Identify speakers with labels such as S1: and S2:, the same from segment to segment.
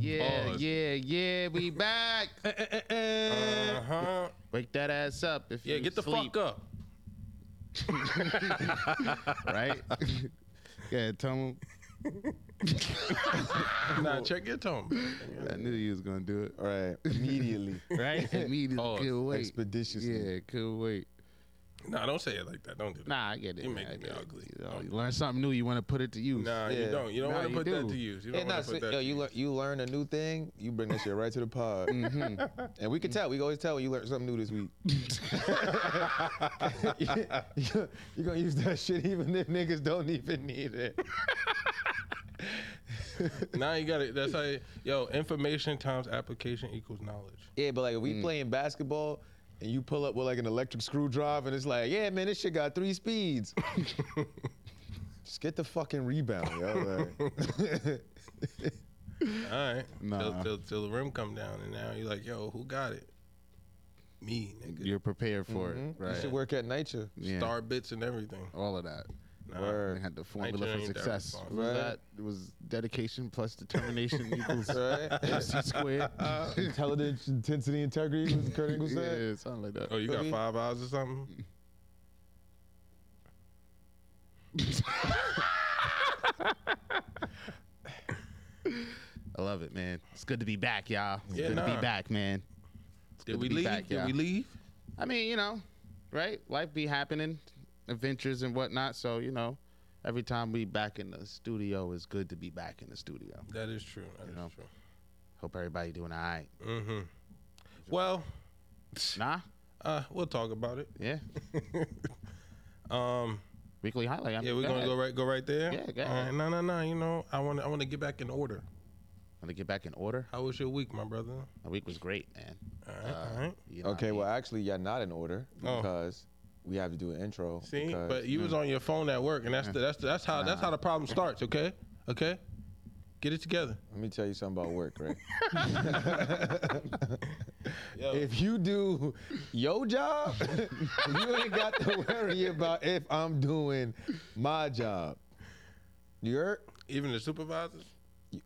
S1: Yeah,
S2: Pause.
S1: yeah, yeah. We back.
S2: Uh huh.
S1: Wake that ass up if
S2: Yeah,
S1: you
S2: get the
S1: eh. sleep,
S2: fuck up.
S1: right? yeah, tell him.
S2: Nah, check your tone.
S1: I knew you was gonna do it.
S3: Right. Immediately.
S1: Right? Immediately.
S2: Pause.
S1: Couldn't wait.
S3: Expeditiously.
S1: Yeah, couldn't wait.
S2: Nah, don't say it like that. Don't do that.
S1: Nah, I get it.
S2: You
S1: man,
S2: making
S1: I
S2: me
S1: get it.
S2: ugly.
S1: You, know, you learn something new, you want to put it to use.
S2: Nah, you
S3: Yeah.
S2: don't. You don't
S1: Nah,
S2: want
S1: you
S2: to put
S1: do.
S2: that to use. You don't
S3: And
S2: want
S3: not
S2: to put that.
S3: yo,
S2: to
S3: you
S2: use.
S3: learn you learn a new thing, you bring that shit right to the pod. And we can tell. We can always tell when you learn something new this week. You're gonna use that shit even if niggas don't even need it.
S2: Nah, you got it. That's how. You, yo, information times application equals knowledge.
S3: Yeah, but like if we playing basketball and you pull up with like an electric screwdriver and it's like, yeah, man, this shit got three speeds. Just get the fucking rebound, yo. like.
S2: All right.
S1: Nah.
S2: Till, till, till the rim come down, and now you're like, yo, who got it? Me, nigga.
S1: You're prepared for it,
S3: mm-hmm. You
S1: right?
S3: should work at NYCHA.
S1: Yeah,
S2: Star bits and everything.
S1: all of that.
S2: Nah.
S3: Word.
S1: I had the formula for
S2: Nature ain't that
S1: success.
S2: responsible.
S1: Was
S3: Right.
S1: That was dedication plus determination equals
S3: Right?
S1: MC squared.
S3: Intelligence, intensity, integrity, was Kurt Angle said.
S1: yeah, something like that.
S2: Oh, you got
S3: Okay.
S2: five hours or something?
S1: I love it, man. It's good to be back, y'all. It's
S2: Yeah,
S1: good to
S2: nah.
S1: be back, man. It's good
S2: Did
S1: to
S2: we
S1: be
S2: leave?
S1: back,
S2: Did
S1: y'all.
S2: we leave?
S1: I mean, you know, right? Life be happening, adventures and whatnot. So, you know, every time we back in the studio, it's good to be back in the studio.
S2: That is true. That is
S1: know.
S2: true.
S1: Hope everybody doing all right.
S2: Mm-hmm. Well,
S1: Nah?
S2: uh, we'll talk about it.
S1: Yeah.
S2: Um,
S1: Weekly highlight. I mean,
S2: yeah, we're gonna
S1: ahead.
S2: go right, go right there.
S1: Yeah, go
S2: All
S1: ahead.
S2: right, No, no, no. You know, I want, to I want to get back in order.
S1: Wanna get back in order.
S2: How was your week, my brother?
S1: My week was great, man.
S2: All right, all right.
S1: You know what I
S3: Okay,
S1: mean?
S3: well, actually, you're not in order
S2: Oh.
S3: because we have to do an intro.
S2: See,
S3: because-
S2: but you was on your phone at work, and that's the, that's the, that's how that's how the problem starts. Okay, okay. Get it together.
S3: let me tell you something about work, right?
S2: Yo.
S3: if you do your job, you ain't got to worry about if I'm doing my job. You're
S2: Even the supervisors.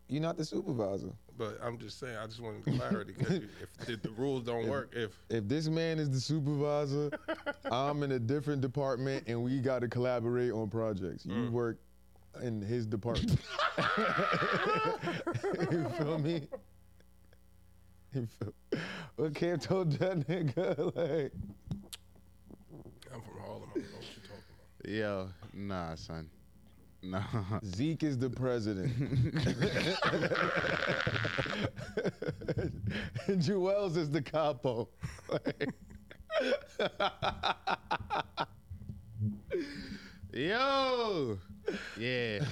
S3: you're not the supervisor.
S2: But I'm just saying, I just wanted clarity because if, if the rules don't work, if
S3: If this man is the supervisor, I'm in a different department, and we got to collaborate on projects. You work in his department. you feel me? You feel? What Cam told that nigga like.
S2: I'm from Harlem, I don't know what you're talking about.
S1: Yo, nah, son. Nah.
S3: Zeke is the president. and Jewels is the capo.
S1: Yo. Yeah.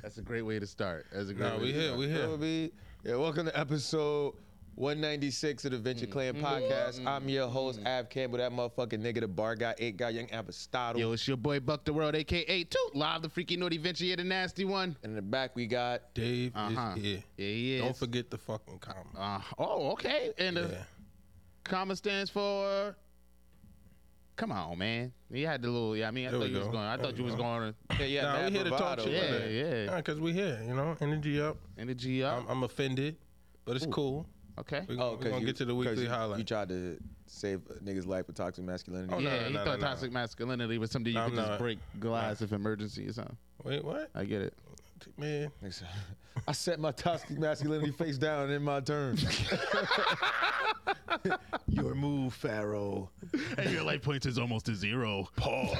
S1: That's a great way to start. That's a great
S2: Nah,
S1: way
S2: we
S1: to
S2: here,
S1: start.
S2: we
S3: You know what I
S2: here.
S3: mean? Yeah, welcome to episode 196 of the Venture Clan podcast. I'm your host, Av Campbell, that motherfucking nigga, the bar guy, eight guy, young apostado.
S1: Yo, it's your boy Buck the World, aka Toot Live, the freaky naughty venture, yeah, the nasty one.
S3: And in the back, we got.
S2: Dave
S1: Uh-huh.
S2: is here.
S1: Yeah, he is.
S2: Don't forget the fucking comma.
S1: Uh, oh, okay. And the
S2: yeah.
S1: comma stands for. Come on, man. You had the little. Yeah, I mean, I
S2: There
S1: thought
S2: we
S1: you was
S2: go.
S1: going. I
S2: There
S1: thought
S2: we
S1: you was
S2: go.
S1: going.
S3: Yeah, yeah,
S2: Nah,
S3: Mad
S2: we here to talk
S3: Bravado.
S2: shit.
S1: Yeah,
S2: today.
S1: yeah.
S2: Nah, cause we here, you know, energy up.
S1: Energy up.
S2: I'm, I'm offended, but it's cool.
S1: okay.
S2: We,
S3: Oh,
S2: we're
S3: because
S2: gonna
S3: you
S2: get to the
S3: 'cause
S2: weekly
S3: you-
S2: highlight.
S3: You tried to save a nigga's life with toxic masculinity.
S2: Oh,
S1: yeah,
S2: no,
S1: he
S2: no,
S1: thought
S2: no, no.
S1: toxic masculinity was something you
S2: No,
S1: could
S2: I'm
S1: just
S2: not.
S1: break glass if emergency or something.
S2: Wait, what?
S1: I get it.
S2: Man,
S3: I set my toxic masculinity face down in my turn. Your move, Pharaoh.
S1: And your life points is almost to zero.
S2: pause.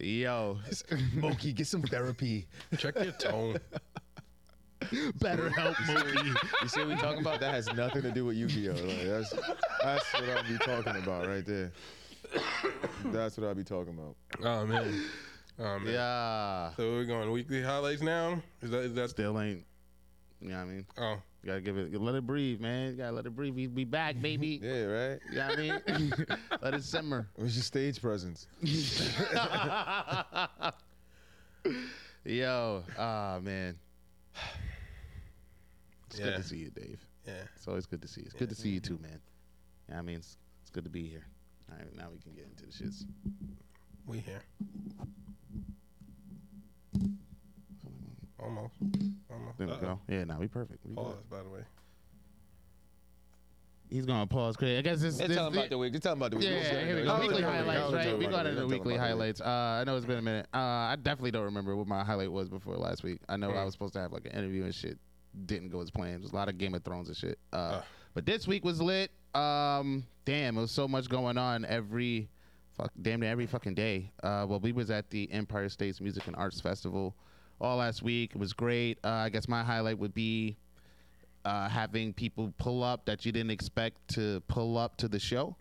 S1: Yo,
S3: Moki, get some therapy.
S2: Check your tone.
S1: better help, Mookie.
S3: You see what we talking about? That has nothing to do with Yu-Gi-Oh. Like, that's, that's what I'll be talking about right there. That's what I'll be talking about.
S2: Oh man. Oh man.
S1: Yeah,
S2: So we're going weekly highlights now. Is that is that
S1: still ain't. You know what I mean?
S2: oh
S1: You gotta give it. Let it breathe, man. You gotta let it breathe. We be back, baby.
S3: Yeah, right?
S1: You know what I mean? Let it simmer.
S3: It was your stage presence.
S1: Yo, ah man. It's good
S2: Yeah.
S1: to see you, Dave.
S2: yeah.
S1: It's always good to see you. It's good to see you too, man. Yeah, I mean it's, it's good to be here. All right, now we can get into the shits.
S2: We here. songs. I don't know.
S1: There we
S2: Uh-uh.
S1: go. Yeah, now we perfect. We good.
S2: Pause, by the way.
S1: He's gonna pause, Craig. I guess this.
S3: They're
S1: this
S3: talking about the week. They're talking about the week.
S1: yeah,
S3: What's
S1: here we
S3: going
S1: go.
S3: on?
S1: Weekly
S3: Tell them about
S1: highlights,
S3: the week.
S1: right? We
S3: Tell
S1: got
S3: them
S1: into
S3: about the
S1: weekly
S3: week.
S1: highlights. Uh, I know it's been a minute. Uh, I definitely don't remember what my highlight was before last week. I
S3: Mm.
S1: know I was supposed to have like an interview and shit. Didn't go as planned. There's a lot of Game of Thrones and shit. Uh, But this week was lit. Um, damn, there was so much going on every, fuck, damn near every fucking day. Uh, well, we was at the Empire State's Music and Arts Festival all last week. It was great. Uh, I guess my highlight would be uh, having people pull up that you didn't expect to pull up to the show.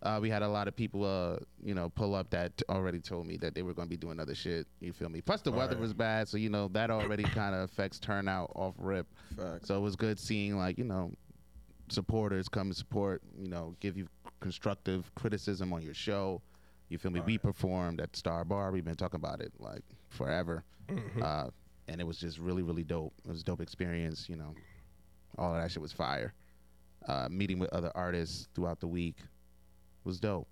S1: Uh, we had a lot of people, uh, you know, pull up that t- already told me that they were going to be doing other shit. You feel me? Plus, the weather was bad, so you know that already kind of affects turnout off rip.
S3: Facts.
S1: So it was good seeing like you know supporters come and support. You know, give you constructive criticism on your show. You feel me? we performed at Star Bar. We've been talking about it like forever, uh, and it was just really, really dope. It was a dope experience. You know, all of that shit was fire. Uh, meeting with other artists throughout the week was dope.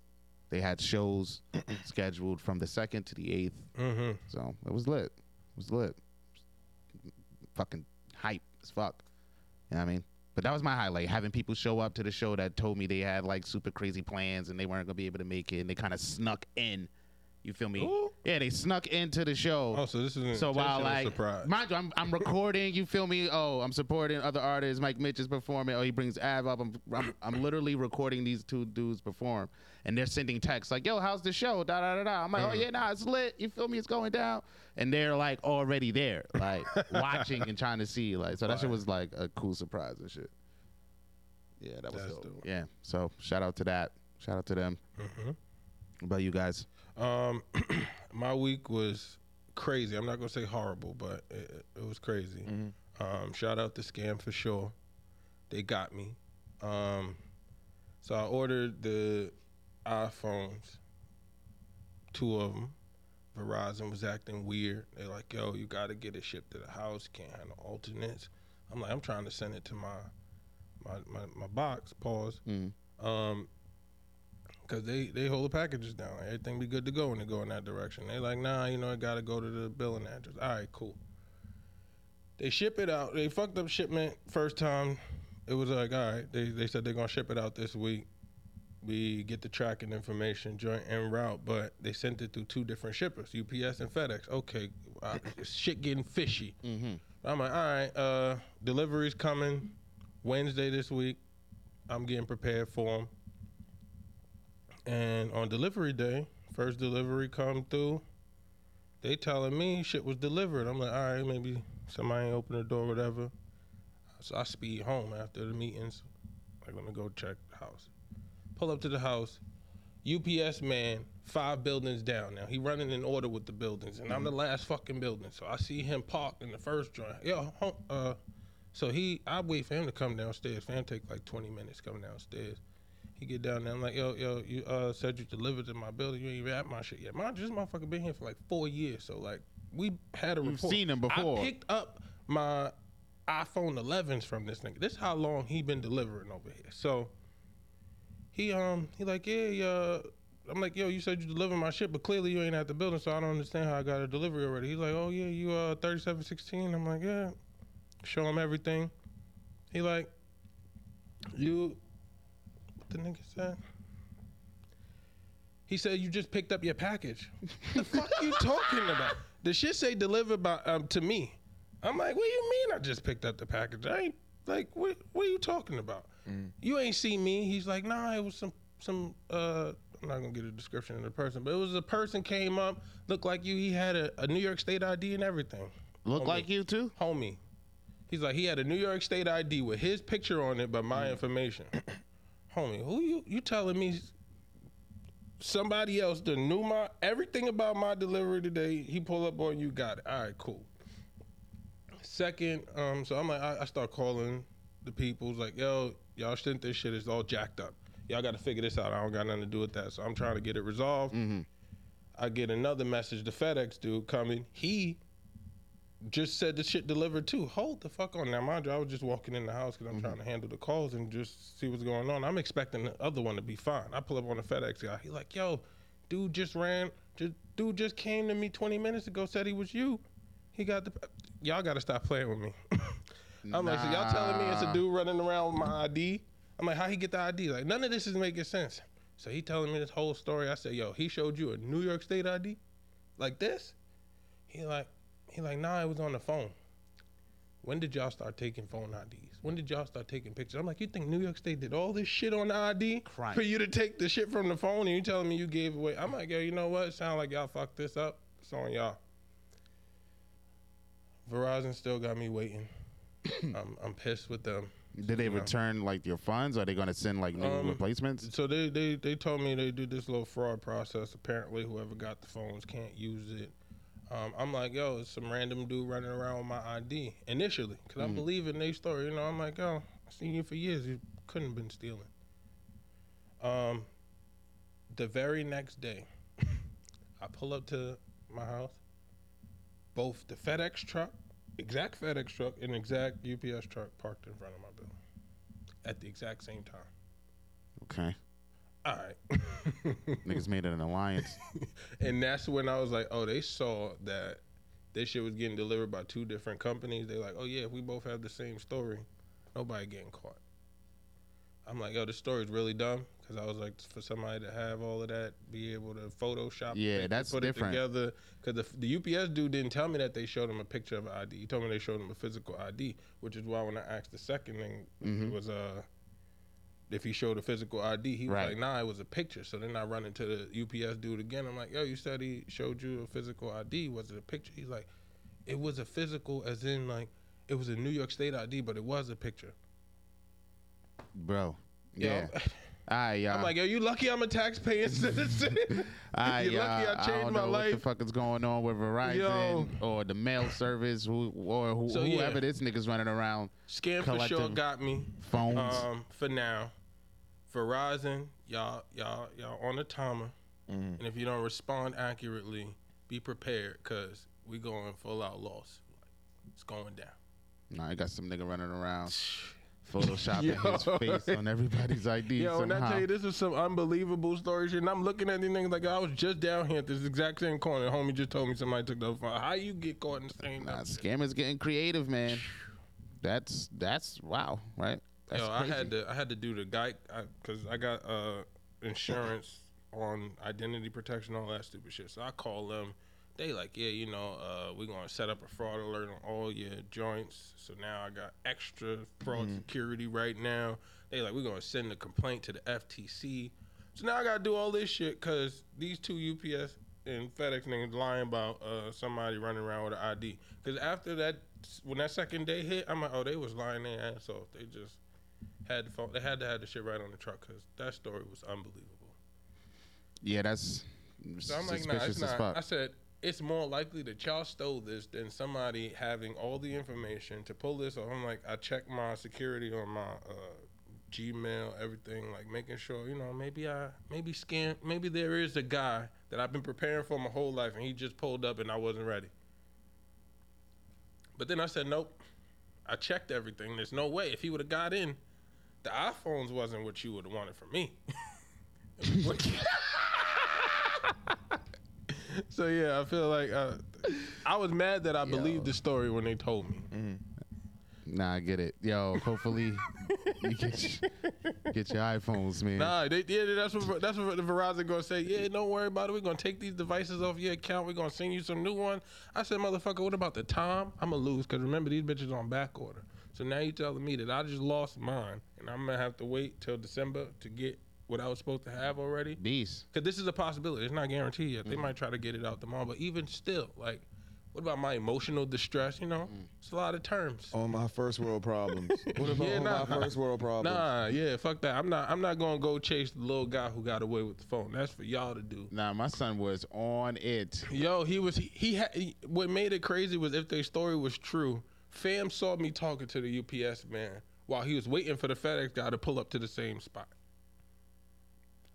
S1: They had shows scheduled from the second to the eighth,
S2: Mm-hmm.
S1: so it was lit. It was lit. Fucking hype as fuck. You know what I mean? But that was my highlight. Having people show up to the show that told me they had like super crazy plans and they weren't gonna be able to make it, and they kind of snuck in. You feel me?
S2: Ooh.
S1: Yeah, they snuck into the show.
S2: Oh, so this is an
S1: So while
S2: intentional
S1: like,
S2: surprise.
S1: mind you, I'm, I'm recording. You feel me? Oh, I'm supporting other artists. Mike Mitch is performing. Oh, he brings Av up. I'm, I'm, I'm literally recording these two dudes perform, and they're sending texts like, "Yo, how's the show?" Da da da da. I'm like, "Oh yeah, nah, it's lit. You feel me? It's going down." And they're like already there, like watching and trying to see. Like, so that shit was like a cool surprise and shit. Yeah, that was
S2: That's
S1: dope.
S2: dope. Mm-hmm.
S1: Yeah. So shout out to that. Shout out to them. What about you guys?
S2: Um, my week was crazy. I'm not gonna say horrible, but it, it was crazy. Um, shout out to Scam for sure. They got me. Um, so I ordered the iPhones, two of them. Verizon was acting weird. They're like, "Yo, you got to get it shipped to the house. Can't have no alternates." I'm like, "I'm trying to send it to my my my, my box." Pause.
S1: Mhm.
S2: Um, Cause they they hold the packages down. Everything be good to go when they go in that direction. They like, nah, you know, it gotta go to the billing address. All right, cool. They ship it out. They fucked up shipment first time. It was like, all right, they they said they're gonna ship it out this week. We get the tracking information joint en route, but they sent it through two different shippers, UPS and FedEx. Okay, uh, shit getting fishy. I'm like, all right, uh, delivery's coming Wednesday this week. I'm getting prepared for them. And on delivery day, first delivery come through, they telling me shit was delivered. I'm like, all right, maybe somebody ain't open the door, whatever. So I speed home after the meetings. Like, let me go check the house. Pull up to the house. UPS man, five buildings down now. He running in order with the buildings, and I'm
S1: Mm-hmm.
S2: the last fucking building. So I see him parked in the first joint. Yo, hom- uh, so he, I wait for him to come downstairs. Fam take like 20 minutes coming downstairs. He get down there. I'm like, yo, yo, you uh, said you delivered to my building. You ain't even at my shit yet. Mind you, this motherfucker been here for like four years. So like, we had a
S1: You've
S2: report.
S1: seen him
S2: I
S1: before.
S2: picked up my iPhone 11s from this nigga. This how long he been delivering over here. So he um he like yeah yeah. I'm like yo, you said you delivered my shit, but clearly you ain't at the building, so I don't understand how I got a delivery already. He's like oh yeah, you uh 3716. I'm like yeah. Show him everything. He like you. What the nigga said? He said you just picked up your package. the fuck you talking about? The shit say delivered by um, to me. I'm like, what do you mean? I just picked up the package. I ain't like, what? What are you talking about? You ain't see me. He's like, nah, it was some some. uh I'm not gonna get a description of the person, but it was a person came up, looked like you. He had a, a New York State ID and everything
S1: Look like you too.
S2: homie. He's like, he had a New York State ID with his picture on it, but my information. homie, who you you telling me somebody else that knew my everything about my delivery today? He pull up on you, got it. All right, cool. Second, um, so I'm like, I, I start calling the people's like, yo, y'all think this shit is all jacked up. Y'all got to figure this out. I don't got nothing to do with that, so I'm trying to get it resolved. I get another message. The FedEx dude coming. He just said the shit delivered too. Hold the fuck on now, mind you. I was just walking in the house because I'm trying to handle the calls and just see what's going on. I'm expecting the other one to be fine. I pull up on the FedEx guy. He like, yo, dude just ran. Just, dude just came to me 20 minutes ago. Said he was you. He got the. Y'all got to stop playing with me. I'm like, so y'all telling me it's a
S1: Nah.
S2: dude running around with my ID? I'm like, how he get the ID? Like, none of this is making sense. So he telling me this whole story. I said, yo, he showed you a New York State ID, like this. He like, he like, nah, it was on the phone. When did y'all start taking phone IDs? When did y'all start taking pictures? I'm like, you think New York State did all this shit on the ID
S1: Crime.
S2: for you to take the shit from the phone and you telling me you gave away? I'm like, yo, you know what? Sound like y'all fucked this up. It's on y'all. Verizon still got me waiting. I'm, I'm pissed with them.
S1: Did they
S2: No.
S1: return like your funds? Are they going to send like new
S2: Um,
S1: replacements?
S2: So they, they they told me they do this little fraud process. Apparently, whoever got the phones can't use it. Um, I'm like, yo, it's some random dude running around with my ID initially, because I believe in their story. You know, I'm like, yo, I've seen you for years. You couldn't have been stealing. Um, the very next day, I pull up to my house. Both the FedEx truck, exact FedEx truck, and exact UPS truck parked in front of my building at the exact same time.
S1: Okay,
S2: All right.
S1: niggas made it an alliance.
S2: and that's when I was like, oh, they saw that this shit was getting delivered by two different companies. They like, oh yeah, if we both have the same story, nobody getting caught. I'm like, yo, this story's really dumb because I was like, for somebody to have all of that, be able to Photoshop,
S1: Yeah,
S2: pictures,
S1: that's
S2: put
S1: different.
S2: it together. Because the, the UPS dude didn't tell me that they showed him a picture of an ID. He told me they showed him a physical ID, which is why when I asked the second thing
S1: Mm-hmm.
S2: it was uh if he showed a physical ID, he was
S1: Right.
S2: like, nah, it was a picture. So then I run into the UPS dude again. I'm like, yo, you said he showed you a physical ID. Was it a picture? He's like, it was a physical, as in, like, it was a New York State ID, but it was a picture.
S1: Bro.
S2: Yo,
S1: Yeah. Uh. All right, y'all.
S2: I'm like, yo, you lucky I'm a taxpaying citizen.
S1: I,
S2: you lucky I
S1: uh,
S2: changed
S1: don't
S2: my
S1: know What
S2: life.
S1: the fuck is going on with Verizon
S2: Yo.
S1: or the mail service who, or who,
S2: So, yeah.
S1: whoever this nigga's running around?
S2: Scam for sure
S1: collective
S2: got me.
S1: Phones.
S2: Um, for now, Verizon, y'all, y'all, y'all on the timer, and if you don't respond accurately, be prepared, cause we going full out loss. It's going down.
S1: nah, I got some nigga running around photoshopping his face on everybody's ID.
S2: Yo, and I
S1: somehow.
S2: tell you, this is some unbelievable story shit. And I'm looking at these niggas like, I was just down here at this exact same corner. Homie just told me somebody took the phone. How you get caught in the same?
S1: Nah, scammers getting creative, man. That's that's wow, right? That's
S2: Yo,
S1: crazy.
S2: I had to I had to do the guy because I, got uh, insurance on identity protection, all that stupid shit. So I call them. They like, yeah, you know, uh, we're gonna set up a fraud alert on all your joints. So now I got extra fraud
S1: Mm.
S2: security right now. They like, we're gonna send a complaint to the FTC. So now I gotta do all this shit because these two UPS and FedEx niggas lying about uh, somebody running around with an ID. Because after that, when that second day hit, I'm like, oh, they was lying their ass off. They just had the phone. They had to have the shit right on the truck because that story was unbelievable.
S1: yeah, that's
S2: So I'm like,
S1: suspicious
S2: nah,
S1: as
S2: it's not.
S1: fuck.
S2: I said it's more likely that y'all stole this than somebody having all the information to pull this off. I'm like, I checked my security on my uh, Gmail, everything, like making sure, you know, maybe I, maybe scam, maybe there is a guy that I've been preparing for my whole life and he just pulled up and I wasn't ready. But then I said, nope. I checked everything. There's no way. If he would have got in, the iPhones wasn't what you would have wanted from me. so yeah, I feel like uh, I was mad that I believed the story when they told me.
S1: nah, I get it. Yo, hopefully you get your, get your iPhones, man.
S2: Nah, they, yeah, that's what that's what the Verizon gonna say. Yeah, don't worry about it. We're gonna take these devices off your account. We're gonna send you some new ones. I said, motherfucker, what about the time? I'ma lose because remember these bitches on back order. So now you telling me that I just lost mine and I'm gonna have to wait till December to get what I was supposed to have already.
S1: Beast.
S2: Because this is a possibility. It's not guaranteed yet. They might try to get it out tomorrow. But even still, like, what about my emotional distress? You know, it's a lot of terms.
S3: On my first world problems. What about
S2: Yeah,
S3: on
S2: nah.
S3: my first world problems?
S2: Nah, yeah, fuck that. I'm not. I'm not gonna go chase the little guy who got away with the phone. That's for y'all to do.
S1: Nah, my son was on it.
S2: Yo, he was. He, he had. he- what made it crazy was if their story was true. Fam saw me talking to the UPS man while he was waiting for the FedEx guy to pull up to the same spot.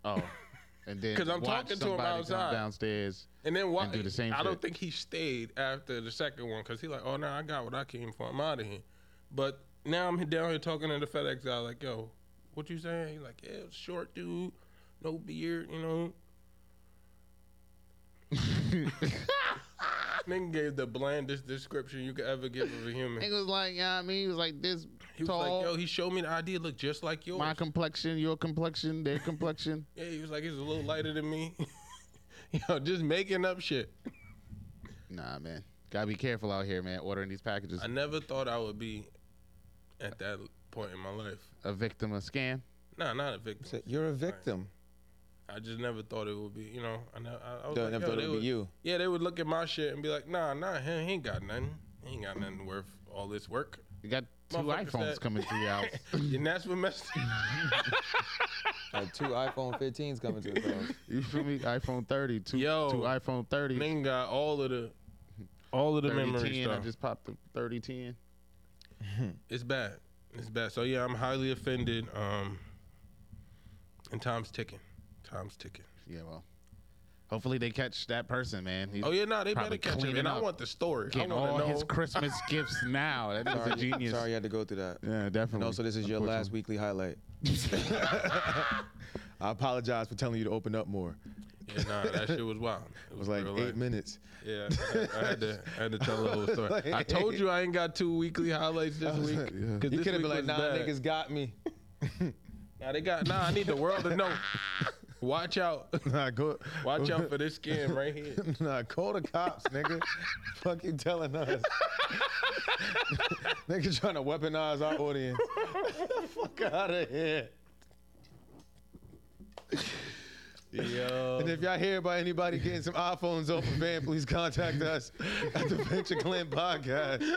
S1: Oh, and then
S2: 'Cause I'm
S1: watch
S2: talking to him
S1: somebody come
S2: outside.
S1: downstairs.
S2: And then why?
S1: And do the same
S2: I don't
S1: shit.
S2: think he stayed after the second one because he like, oh no, I got what I came for. I'm out of here. But now I'm down here talking to the FedEx guy like, yo, what you saying? He like, yeah, it was short dude, no beard, you know. Nigga gave the blandest description you could ever give of a human.
S1: Nigga was like, yeah, I mean, he was like this
S2: He was
S1: tall.
S2: like, yo, he showed me the ID, looked just like yours.
S1: my complexion, your complexion, their complexion.
S2: yeah, he was like, he's a little lighter than me. yo, just making up shit.
S1: Nah, man, gotta be careful out here, man. Ordering these packages,
S2: I never thought I would be at that point in my life.
S1: a victim of scam.
S2: Nah, not a victim.
S3: Said, You're a victim.
S2: I just never thought it would be, you know. I, ne- I, I was
S3: Don't
S2: like,
S3: never
S2: yo,
S3: thought it
S2: they
S3: would be you.
S2: Yeah, they would look at my shit and be like, nah, nah, him, he ain't got nothing. He ain't got nothing worth all this work.
S1: You got two
S2: Motherfucker
S1: iPhones
S2: said-
S1: coming to your house.
S2: and that's what messed
S3: Like two iPhone 15s coming to the house.
S1: You feel me? iPhone 30, two,
S2: Yo.
S1: two iPhone 30,
S2: Nigga got all of the all of the
S1: 30
S2: memory
S1: 10. I
S2: stuff.
S1: just popped the 3010.
S2: it's bad. It's bad. So yeah, I'm highly offended. Um and time's ticking. Time's ticking.
S1: Yeah, well, hopefully they catch that person, man. He's
S2: Oh yeah, no, they
S1: Probably
S2: better catch him.
S1: cleaning
S2: And I
S1: up.
S2: want the story. I
S1: getting all
S2: want to know.
S1: his Christmas gifts now. That is a genius.
S3: Sorry you had to go through that.
S1: Yeah, definitely.
S3: And also, this is your last weekly highlight. I apologize for telling you to open up more.
S2: yeah, nah, that shit was wild. It
S3: It was like
S2: real
S3: eight
S2: life.
S3: minutes.
S2: Yeah, I, I had to, I had to tell the whole story.
S3: Like-
S2: I told you I ain't got two weekly highlights this week.
S3: like,
S1: yeah.
S2: Cause
S3: You
S2: this
S3: could
S2: week
S3: have been like,
S2: was
S3: nah,
S2: bad.
S3: niggas got me.
S2: Nah, they got. Nah, I need the world to know. Watch out,
S3: Nah, go.
S2: watch out for this scam right here.
S3: Nah, call the cops, nigga. Fuck you telling us. nigga trying to weaponize our audience. Fuck out of here.
S2: Yo,
S3: And if y'all hear about anybody getting some iPhones off a van, please contact us at the Venture Glen Podcast.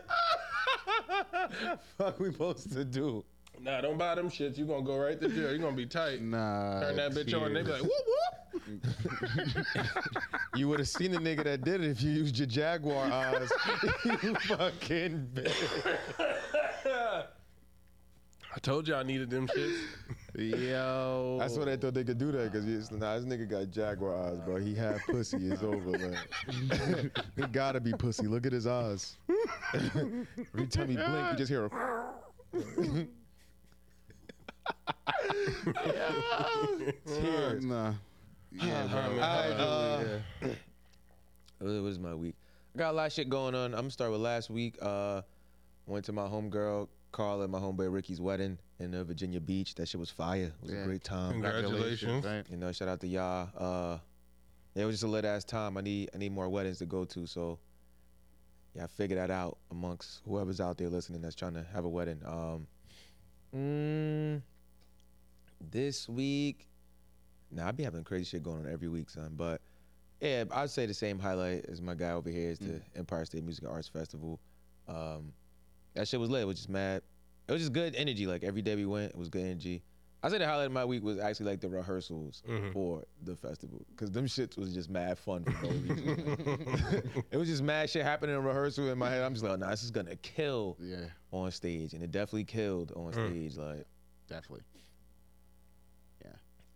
S3: Fuck, we supposed to do?
S2: nah, don't buy them shits. You gonna go right to jail. You gonna be tight.
S1: Nah.
S2: Turn that bitch on. They be like, whoop whoop.
S3: You would have seen the nigga that did it if you used your Jaguar eyes. you fucking bitch.
S2: I told you I needed them shits.
S1: Yo.
S3: That's why they thought they could do that because nah, this nigga got Jaguar eyes, bro. He had pussy. It's over, man. it gotta be pussy. Look at his eyes. Every time he blink, you just hear a. Tears.
S1: Nah.
S2: Yeah, bro.
S3: I, uh,
S2: yeah.
S3: What what is my week? I got a lot of shit going on. I'm gonna start with last week. Uh, went to my homegirl Carla, and my homeboy Ricky's wedding in uh, Virginia Beach. That shit was fire. It was
S1: Yeah.
S3: a great time.
S2: Congratulations.
S1: Right?
S3: You know, shout out to y'all. Uh, yeah, it was just a lit ass time. I need I need more weddings to go to. So yeah, I figure that out amongst whoever's out there listening that's trying to have a wedding. Um, mm, this week, nah, I be having crazy shit going on every week, son. But yeah, I'd say the same highlight as my guy over here is the Empire State Music and Arts Festival. Um, that shit was lit. It was just mad. It was just good energy. Like every day we went, it was good energy. I say the highlight of my week was actually like the rehearsals for the festival, cause them shits was just mad fun for no reason. it was just mad shit happening in rehearsal in my head. I'm just like, nah, this is gonna kill
S1: Yeah,
S3: on stage, and it definitely killed on
S1: Mm.
S3: stage. Like
S1: definitely.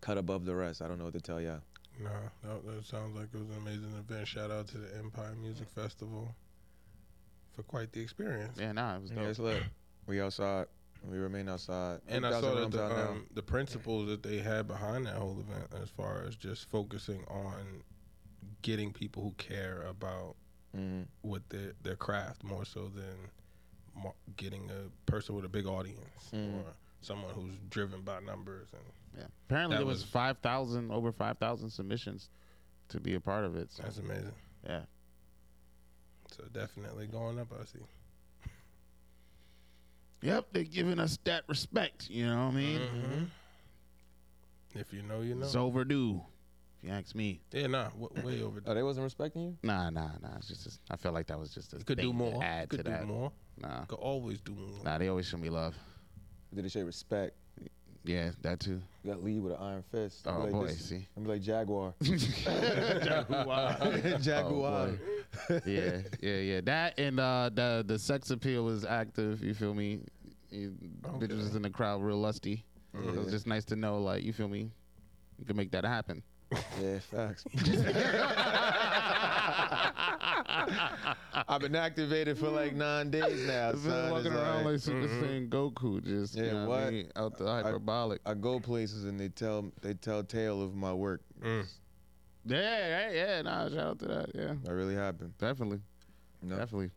S3: cut above the rest. I don't know what to tell y'all.
S2: Nah, that, that sounds like it was an amazing event. Shout out to the Empire Music Festival for quite the experience.
S1: Yeah, nah, it was dope.
S3: Yeah, it's lit. We outside. We remain outside.
S2: And I saw
S3: 8,000
S2: that
S3: rooms
S2: the,
S3: out now.
S2: um, the principles that they had behind that whole event, as far as just focusing on getting people who care about
S3: Mhm.
S2: what their their craft more so than mar- getting a person with a big audience
S1: Mm.
S2: or someone who's driven by numbers. And
S1: Yeah. Apparently,
S2: That
S1: there was,
S2: was-
S1: 5,000, over 5,000 submissions to be a part of it. So,
S2: that's amazing.
S1: yeah.
S2: So definitely going up, I see.
S1: Yep, they're giving us that respect. You know what I mean?
S2: Mm-hmm. If you know, you know.
S1: It's overdue, if you ask me.
S2: yeah, nah, w- way over.
S3: Oh, they wasn't respecting you.
S1: Nah, nah, nah. It's just, I felt like that was just a
S2: You could
S1: thing
S2: do more.
S1: To
S2: You
S1: add
S2: could
S1: to
S2: do
S1: that.
S2: more.
S1: Nah,
S2: You could always do more.
S1: nah. They always show me love.
S3: Did they say respect?
S1: Yeah, that too.
S3: You got lead with an iron fist.
S1: Oh,
S3: Be like
S1: boy,
S3: this-
S1: see?
S3: I'm like Jaguar.
S1: Oh,
S3: Jaguar.
S1: boy. yeah, yeah, yeah. That and uh, the the sex appeal was active. You feel me? You, Bitches was in the crowd, real lusty. It
S3: Mm-hmm.
S1: was just nice to know, like you feel me. You can make that happen.
S3: yeah, facts. I've been activated for like nine days now.
S1: I've
S3: son.
S1: been walking
S3: It's
S1: around like
S3: like- mm-hmm.
S1: Super Saiyan Goku, just you
S3: Yeah,
S1: know what? I
S3: what?
S1: mean? out the hyperbolic.
S3: I go places and they tell they tell tale of my work.
S2: Mm.
S1: yeah, yeah, yeah. Nah, shout out to that. Yeah,
S3: That really happened.
S1: definitely.
S3: No.
S1: Definitely.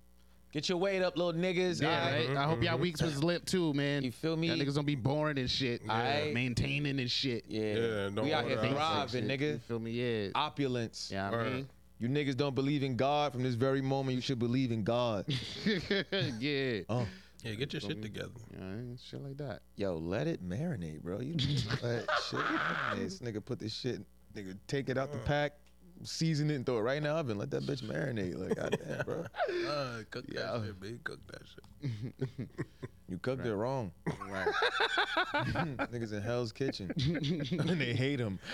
S3: Get your weight up, little niggas.
S1: Yeah,
S3: all right?
S1: right? I hope y'all weeks was lit too, man.
S3: Mm-hmm. You feel me?
S1: Y'all niggas gonna be boring and shit.
S3: Aight.
S1: Maintaining and shit.
S3: Yeah.
S2: Yeah, don't
S3: we out
S2: worry
S3: here
S2: about it.
S3: thriving,
S1: Shit, You
S3: nigga.
S1: feel me? Yeah.
S3: Opulence.
S1: yeah, I
S2: Word.
S1: mean.
S3: You niggas don't believe in God. From this very moment, you should believe in God.
S1: yeah.
S3: Oh,
S2: Yeah, get your shit together.
S1: Yeah, shit like that.
S3: yo, let it marinate, bro. You let shit marinate. This nigga put this shit, nigga, take it out the pack, season it, and throw it right in the oven. Let that bitch marinate. Like, goddamn, bro.
S2: Uh, cook
S3: Yeah.
S2: that shit, baby. Cook that shit.
S3: You cooked it wrong.
S1: Right.
S3: Niggas in Hell's Kitchen. and they hate him.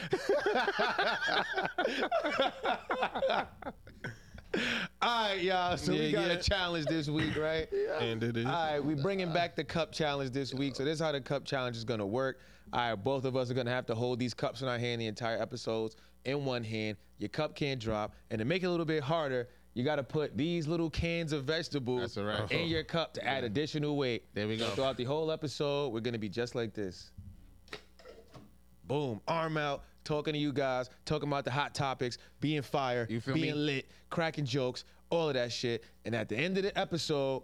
S3: All right, y'all. So we
S2: Yeah,
S3: got
S2: yeah.
S3: a challenge this week, right?
S2: And it is.
S3: All right, we bringing back the cup challenge this week. So this is how the cup challenge is gonna work. All right, both of us are gonna have to hold these cups in our hand the entire episodes in one hand. Your cup can't drop, and to make it a little bit harder, you gotta put these little cans of vegetables
S1: That's all right.
S3: in your cup to add additional weight.
S1: There we
S3: So
S1: go.
S3: throughout the whole episode, we're gonna be just like this. Boom, arm out, talking to you guys, talking about the hot topics, being fire,
S1: You feel
S3: being
S1: me?
S3: lit, cracking jokes, all of that shit. And at the end of the episode,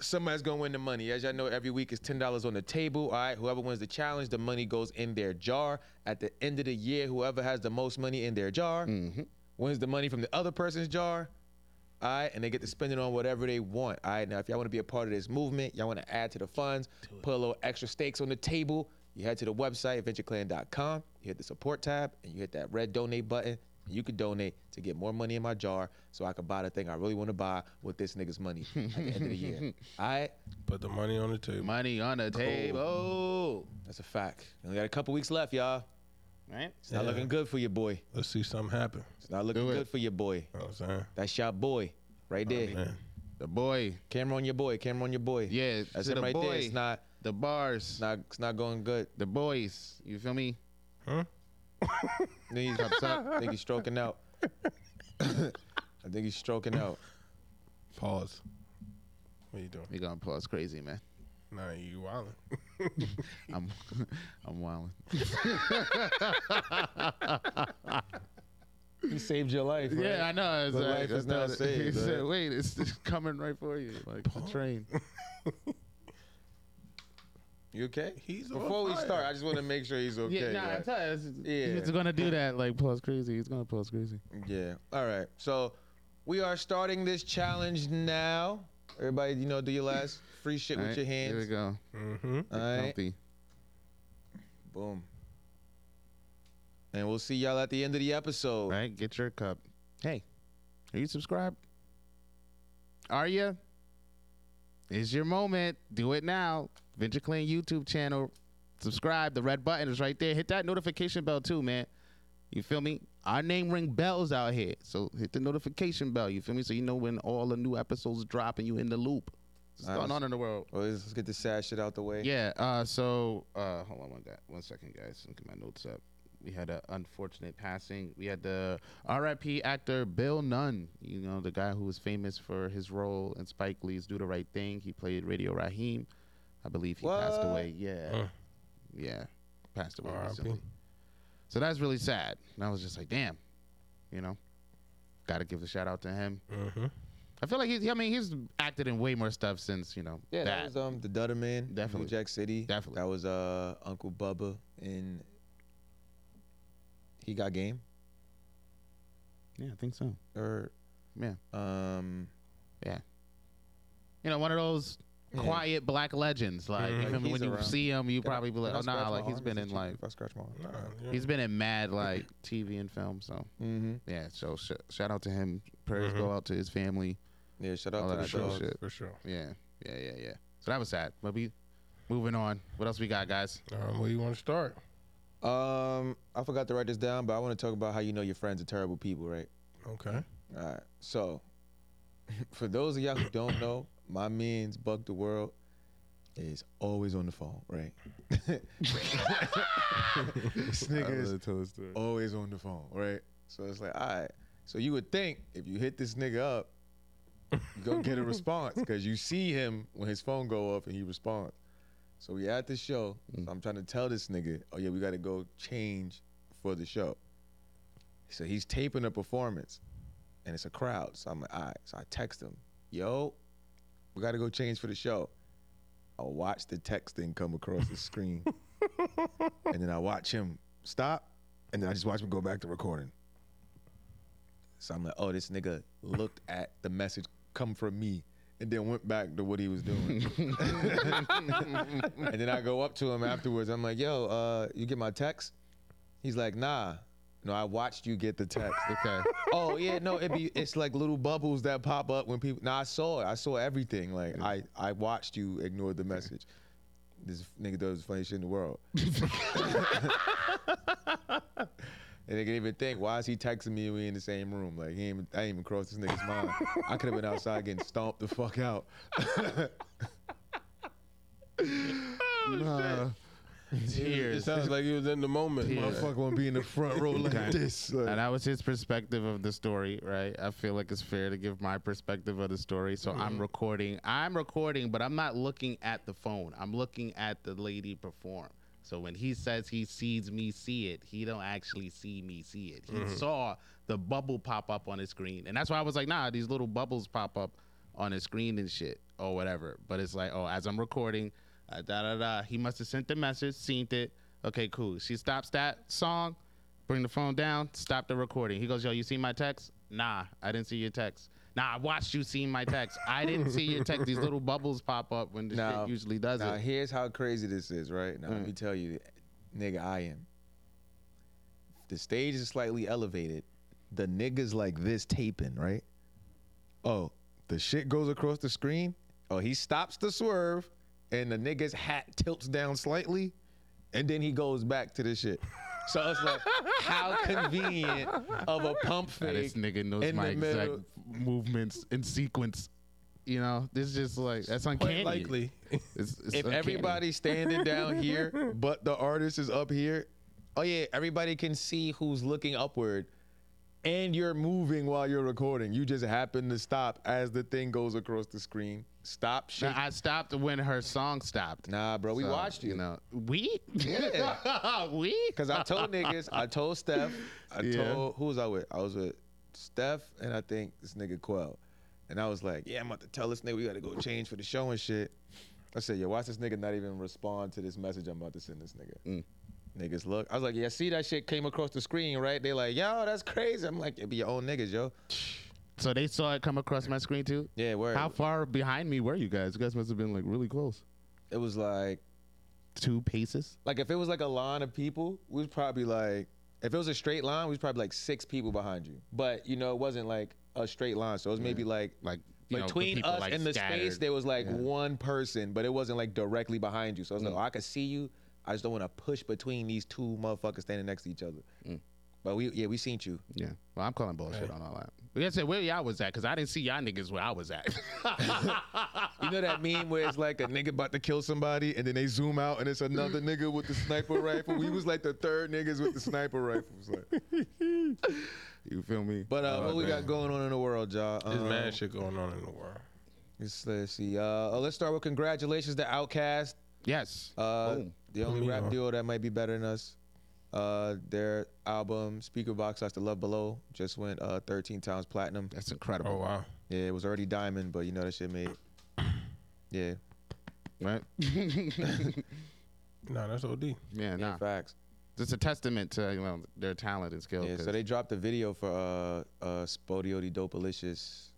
S3: somebody's gonna win the money. As y'all know, every week is ten dollars on the table. All right, whoever wins the challenge, the money goes in their jar. At the end of the year, whoever has the most money in their jar
S1: Mm-hmm.
S3: wins the money from the other person's jar. All right, and they get to spend it on whatever they want. All right, now if y'all want to be a part of this movement, y'all want to add to the funds, put a little extra stakes on the table. You head to the website adventureclan.com, you hit the support tab, and you hit that red donate button. And you can donate to get more money in my jar, so I can buy the thing I really want to buy with this nigga's money at the end of the year. All right.
S2: Put the money on the table.
S1: Money on the table.
S3: That's a fact. You only got a couple weeks left, y'all.
S1: Right?
S3: It's not
S2: Yeah.
S3: looking good for your boy.
S2: Let's see something happen.
S3: It's not looking
S1: Do it.
S3: good for your boy.
S2: You know what I'm saying?
S3: That's your boy right there.
S2: Man.
S1: The boy.
S3: Camera on your boy. Camera on your boy.
S1: Yeah.
S3: That's
S1: to
S3: him
S1: the
S3: right
S1: boy.
S3: there. It's not,
S1: the bars.
S3: it's not, it's not going good.
S1: The boys. You feel me?
S2: Hmm?
S3: Then he's upset. I think he's stroking out. I think he's stroking out.
S2: Pause. What you doing?
S1: We gonna pause crazy, man.
S2: Nah, you wildin'.
S1: I'm I'm wilding.
S3: He saved your life. Right?
S1: Yeah, I know. It's
S3: But
S1: like,
S3: life is
S1: it's
S3: not
S1: not-
S3: saved,
S1: he
S3: right?
S1: said, "Wait, it's, it's coming right for you, like the train."
S3: You okay?
S2: He's on
S3: Before we
S2: fire.
S3: start, I just want to make sure he's okay.
S1: yeah, nah,
S3: right?
S1: I tell you, it's,
S3: Yeah.
S1: he's gonna do that. Like pause crazy. He's gonna pause crazy.
S3: Yeah. All right. So we are starting this challenge now. Everybody, you know, do your last free shit with
S1: Alright,
S3: your
S1: Here we
S3: hands.
S1: go.
S2: Mm-hmm.
S3: All right.
S1: Comfy.
S3: Boom. And we'll see y'all at the end of the episode.
S1: All right, get your cup. Hey, are you subscribed? Are you? It's your moment. Do it now. Venture Clean YouTube channel. Subscribe. The red button is right there. Hit that notification bell too, man. You feel me? Our name ring bells out here. So hit the notification bell. You feel me? So you know when all the new episodes drop and you in the loop. What's
S3: Alright,
S1: going
S3: let's-
S1: on in the world?
S3: Well, let's, let's get the sad shit out the way.
S1: Yeah. Uh, so uh, hold on one guy, one second, guys. Let me get my notes up. We had an unfortunate passing. We had the R.I.P. actor Bill Nunn. You know the guy who was famous for his role in Spike Lee's "Do the Right Thing." He played Radio Raheem. I believe he passed
S3: What?
S1: away. Yeah,
S2: Huh.
S1: yeah, passed away
S2: R.I.P..
S1: recently. So that's really sad. And I was just like, damn, you know, got to give a shout out to him.
S2: Mm-hmm.
S1: I feel like he's. I mean, he's acted in way more stuff since you know
S3: Yeah, that,
S1: that.
S3: was um the Dutter Man,
S1: Definitely.
S3: New Jack City.
S1: Definitely.
S3: That was uh Uncle Bubba and he got game
S1: yeah, I think so.
S3: or
S1: Yeah.
S3: um
S1: you know, one of those
S3: Yeah.
S1: quiet black legends. Like,
S2: Mhm.
S1: you
S3: Like,
S1: feel me?
S3: he's
S1: when you
S3: around.
S1: see him, you
S3: Can I-
S1: probably be like,
S3: can I
S1: oh nah,
S3: scratch
S1: like
S3: my
S1: he's
S3: arm?
S1: been
S3: Is it
S1: in
S3: cheap
S1: like
S3: if I scratch my arm.
S2: Nah, you
S1: he's been in mad like TV and film. So
S3: Mm-hmm.
S1: yeah, so sh- shout out to him. Prayers go out to his family.
S3: Yeah, shout
S1: All
S3: out
S1: that
S3: to the
S1: good
S2: for
S3: dog.
S1: shit.
S2: sure. For sure.
S1: Yeah, yeah, yeah, yeah. So that was sad. But we moving on. What else we got, guys?
S2: Um, where you want to start?
S3: Um, I forgot to write this down, but I want to talk about how you know your friends are terrible people, right?
S2: Okay.
S3: All right. So, for those of y'all who don't know, my man's Buck the World is always on the phone, right? this nigga is always on the phone, right? So it's like, all right. So you would think if you hit this nigga up, you gonna get a response because you see him when his phone go off and he responds. So we at the show. So I'm trying to tell this nigga, oh yeah, we gotta go change for the show. So he's taping a performance. and it's a crowd. So I'm like, all right. So I text him, yo, we gotta go change for the show. I watch the texting come across the screen, and then I watch him stop, and then I just watch him go back to recording. So I'm like, oh, this nigga looked at the message come from me, and then went back to what he was doing. and then I go up to him afterwards. I'm like, yo, uh, you get my text? He's like, nah. No, I watched you get the text.
S1: Okay.
S3: oh yeah, no, it be it's like little bubbles that pop up when people. No, I saw it. I saw everything. Like I I watched you ignore the message. This nigga does the funniest shit in the world. And they can even think, why is he texting me? and We in the same room. Like he ain't, even- I ain't even crossed this nigga's mind. I could have been outside getting stomped the fuck out.
S1: Nah.
S2: It
S1: Tears.
S2: sounds like he was in the moment.
S3: Motherfucker won't be in the front row like this. Like,
S1: And that was his perspective of the story, right? I feel like it's fair to give my perspective of the story. So I'm recording. I'm recording, but I'm not looking at the phone. I'm looking at the lady perform. So when he says he sees me see it, he don't actually see me see it. He saw the bubble pop up on his screen. And that's why I was like, nah, these little bubbles pop up on his screen and shit or whatever. But it's like, oh, as I'm recording, uh, da da da. He must have sent the message, seen it. Okay, cool. She stops that song, bring the phone down, stop the recording. He goes, yo, you see my text? Nah, I didn't see your text. Nah, I watched you see my text. I didn't see your text. These little bubbles pop up when the
S3: Now-
S1: shit usually does
S3: Now
S1: it. Mm.
S3: here's how crazy this is, right? Now let me tell you, nigga, I am. The stage is slightly elevated. The niggas like this taping, right? Oh, the shit goes across the screen. Oh, he stops the swerve, and the nigga's hat tilts down slightly, and then he goes back to the shit. So it's like, how convenient of a pump
S1: Now,
S3: fake.
S1: this nigga knows
S3: in
S1: my
S3: the middle.
S1: exact movements in sequence. You know, this is just like that's uncanny.
S2: Quite likely.
S1: It's, it's
S3: if
S1: uncanny.
S3: everybody's standing down here, but the artist is up here, oh yeah, everybody can see who's looking upward, and you're moving while you're recording. You just happen to stop as the thing goes across the screen. Stop shit.
S1: Now, I stopped when her song stopped.
S3: Nah, bro, we
S1: So,
S3: watched you.
S1: You know, we
S3: Yeah.
S1: we
S3: Cause I told niggas, I told Steph, I
S1: Yeah.
S3: told who was I with? I was with Steph and I think this nigga Quell. And I was like, yeah, I'm about to tell this nigga we gotta go change for the show and shit. I said, yo, watch this nigga not even respond to this message I'm about to send this nigga. Niggas look. I was like, yeah, see that shit came across the screen, right? They like, yo, that's crazy. I'm like, it be your own niggas, yo.
S1: So they saw it come across my screen too.
S3: Yeah, word.
S1: How far behind me were you guys? You guys must have been like really close.
S3: it was like
S1: Two paces.
S3: like if it was like a line of people, we was probably like if it was a straight line, we was probably like six people behind you. But you know, it wasn't like a straight line. So it was maybe like
S1: Like, you know, the
S3: between
S1: people,
S3: us
S1: like,
S3: and the space,
S1: scattered.
S3: there was like one person, but it wasn't like directly behind you. So I was
S1: Mm.
S3: like, oh, I could see you. I just don't want to push between these two motherfuckers standing next to each other.
S1: Mm.
S3: But we, yeah, we seen you.
S1: Yeah. Well, I'm calling bullshit on all that. Like I said, where y'all was at? Because I didn't see y'all niggas where I was at.
S3: You know that meme where it's like a nigga about to kill somebody, and then they zoom out, and it's another nigga with the sniper rifle. We was like the third niggas with the sniper rifles. Like.
S1: you feel me?
S3: But uh, what we got going on in the world, y'all?
S2: There's
S3: Um,
S2: mad shit going on in the world.
S3: Let's, let's see. Uh, oh, let's start with congratulations to Outkast.
S1: yes.
S3: Uh,
S1: Boom.
S3: the only
S2: me,
S3: rap
S2: huh?
S3: duo that might be better than us. Uh, their album Speaker Box That's the Love Below just went uh, 13 times platinum.
S1: That's incredible.
S2: Oh wow.
S3: Yeah, it was already diamond, but you know that shit made. Yeah,
S1: Right?
S2: Nah, that's OD.
S1: yeah, nah.
S3: facts.
S1: It's a testament to you know, their talent and skill.
S3: Yeah,
S1: 'cause-
S3: so they dropped a video for uh, uh, Spodio di Dopalicious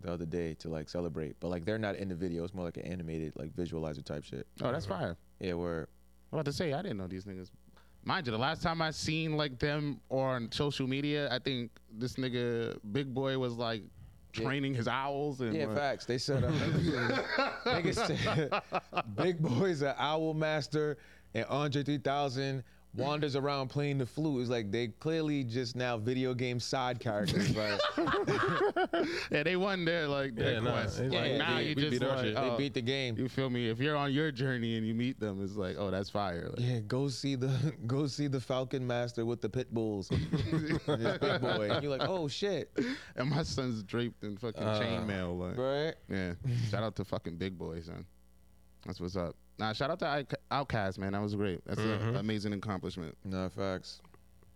S3: the other day to like celebrate, but like they're not in the video. It's more like an animated like visualizer type shit.
S1: oh, that's fire.
S3: Yeah, where
S1: I'm about to say I didn't know these niggas. Mind you, the last time I seen like them on social media, I think this nigga Big Boy was like training his owls and
S3: Yeah,
S1: like,
S3: facts. They said uh, niggas said, Big Boy's an owl master and Andre 3000 wanders around playing the flute. It's like they clearly just now video game side characters. But
S1: yeah, they won their like their
S2: Yeah, nah,
S1: quest.
S2: it's
S1: like
S3: like,
S1: now
S3: we-
S1: you
S2: we
S1: just
S2: beat our
S1: like,
S2: shit.
S1: oh,
S3: they beat the game.
S1: you feel me? If you're on your journey and you meet them, it's like, oh, that's fire. Like,
S3: Yeah, go see the go see the Falcon Master with the pit bulls. And it's Big Boy. And you're like, oh shit,
S1: And my son's draped in fucking
S3: Uh,
S1: chainmail. Like,
S3: right?
S1: yeah. shout out to fucking Big Boy, son. That's what's up.
S3: Mm-hmm.
S1: Nah, shout out to Outcast, man. That was great. That's an amazing accomplishment.
S3: No facts.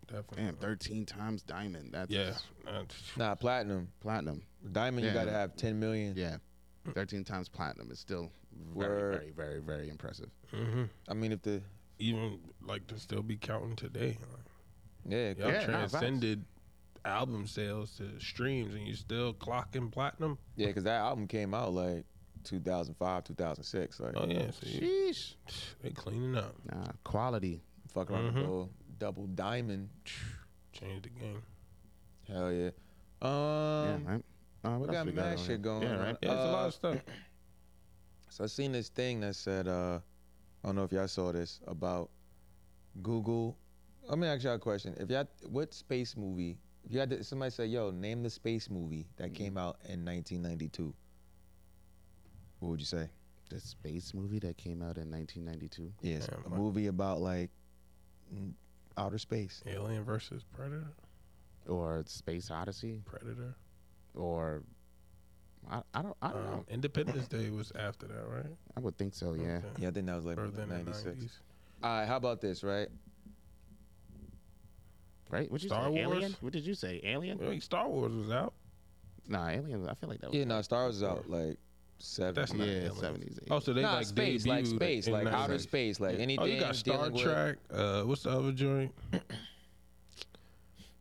S2: Definitely.
S1: Damn, 13 times diamond. That's
S2: Yeah. that's-
S3: Nah, platinum.
S1: platinum.
S3: Diamond, you
S1: Yeah.
S3: gotta have 10 million.
S1: Yeah. 13 times platinum is still very,
S3: Word.
S1: very, very, very impressive.
S2: Mm-hmm.
S3: I mean, if the
S2: Even like to still be counting today. Like,
S3: yeah,
S1: Yeah, nah,
S2: y'all
S1: facts.
S2: transcended album sales to streams, and you still clocking platinum.
S3: yeah, because that album came out like 2005, 2006. Like,
S2: Oh yeah, so you-
S1: Sheesh.
S2: they cleaning up,
S1: Nah, quality.
S3: fuck around the gold, double diamond.
S2: change the game.
S3: Hell yeah. Um,
S1: yeah, right? Uh, what
S3: we
S1: else
S3: got
S1: we got
S3: mad
S1: on
S3: shit
S1: here?
S3: going
S1: Yeah,
S3: on.
S1: right?
S2: Yeah, it's a lot
S3: Uh,
S2: of stuff.
S3: So I seen this thing that said, uh, I don't know if y'all saw this about Google. Let me ask y'all a question. If y'all, what space movie? If you had to, somebody say, "Yo, name the space movie that came out in 1992," what would you say?
S1: The space movie that came out in 1992.
S3: Yes,
S2: Man,
S3: a
S2: what?
S3: movie about like mm, outer space.
S2: Alien versus Predator.
S1: Or Space Odyssey.
S2: Predator.
S1: Or. I, I don't I don't
S2: Um,
S1: know.
S2: Independence Day was after that, right?
S1: I would think so, yeah.
S2: Okay.
S3: Yeah, I think that was like
S2: Further than the
S3: 96.
S2: 90s.
S3: All right, how about this? Right?
S1: Right? What you
S2: Star
S1: say? Alien?
S2: Wars?
S1: What did you say? Alien?
S2: Well, Star Wars was out.
S1: Nah, Alien. I feel like that was
S3: Yeah, no, Star Wars is out like seven.
S2: That's not
S1: Yeah,
S2: aliens.
S1: 70s,
S2: Oh, so they
S3: nah,
S2: like
S3: space, like
S2: debuted
S3: space,
S2: in
S3: like
S2: 90s.
S3: outer space, like
S2: Oh,
S3: anything.
S2: you got Star
S3: dealing with-
S2: Trek. Uh, what's the other joint?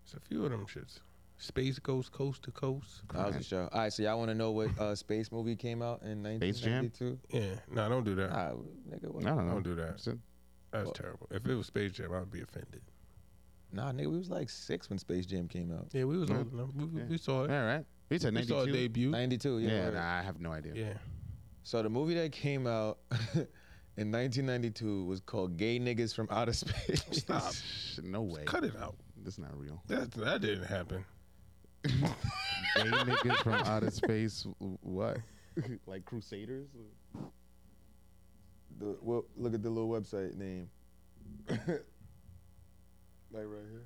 S2: It's a few of them shits. Space goes coast to coast.
S3: That was a show. All right, so y'all want to know what uh, space movie came out in
S1: Space Jam?
S3: 1992?
S2: Yeah, no, don't do that.
S3: Nah, nigga, what?
S1: I don't know.
S2: Don't do that.
S1: So-
S2: That's terrible. If it was Space Jam, I'd be offended.
S3: Nah, nigga, we was like six when Space Jam came out.
S2: Yeah, we was
S1: Yeah.
S2: old enough. We, we-
S1: Yeah.
S2: we saw
S1: All
S2: it.
S1: right. We said
S2: We saw a
S1: 92.
S2: debut.
S3: 92, yeah.
S1: Yeah,
S3: word.
S1: nah, I have no idea.
S2: Yeah.
S3: So the movie that came out in 1992 was called Gay Niggas from Outer Space.
S2: Stop.
S1: No way.
S2: Cut it out.
S1: That's not real.
S2: That that didn't happen.
S1: Gay niggas from outer space. w- What? like Crusaders?
S3: The- well, look at the little website name. like right here.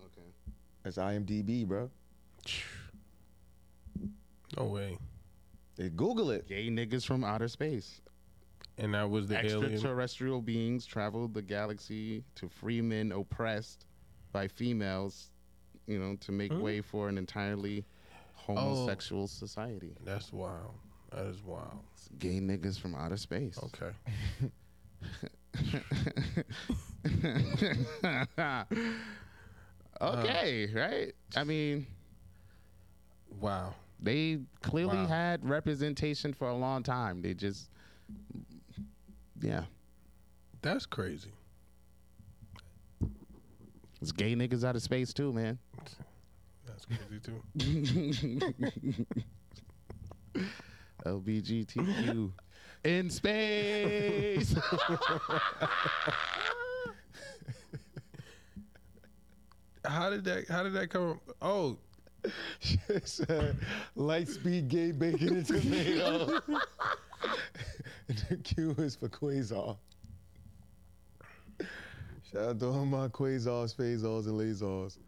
S1: Okay.
S3: That's IMDb, bro.
S2: No way.
S3: They Google it.
S1: Gay niggas from outer space.
S2: And that was the alien.
S1: Extraterrestrial beings traveled the galaxy to free men oppressed by females, you know, to make way for an entirely homosexual society.
S2: That's wild. That is wild.
S1: Oh. It's gay niggas from outer space.
S2: Okay.
S1: okay, right? I mean,
S2: Wow.
S1: they clearly
S2: Wow.
S1: had representation for a long time. They just, yeah,
S2: That's crazy.
S1: it's gay niggas out of space too, man.
S2: That's crazy too.
S1: LBGTQ in space.
S2: How did that? How did that come? Oh,
S3: Lightspeed uh, gay bacon and tomato. the Q is for Quasar. Shout out to all my Quasars, Phasars, and Lazars.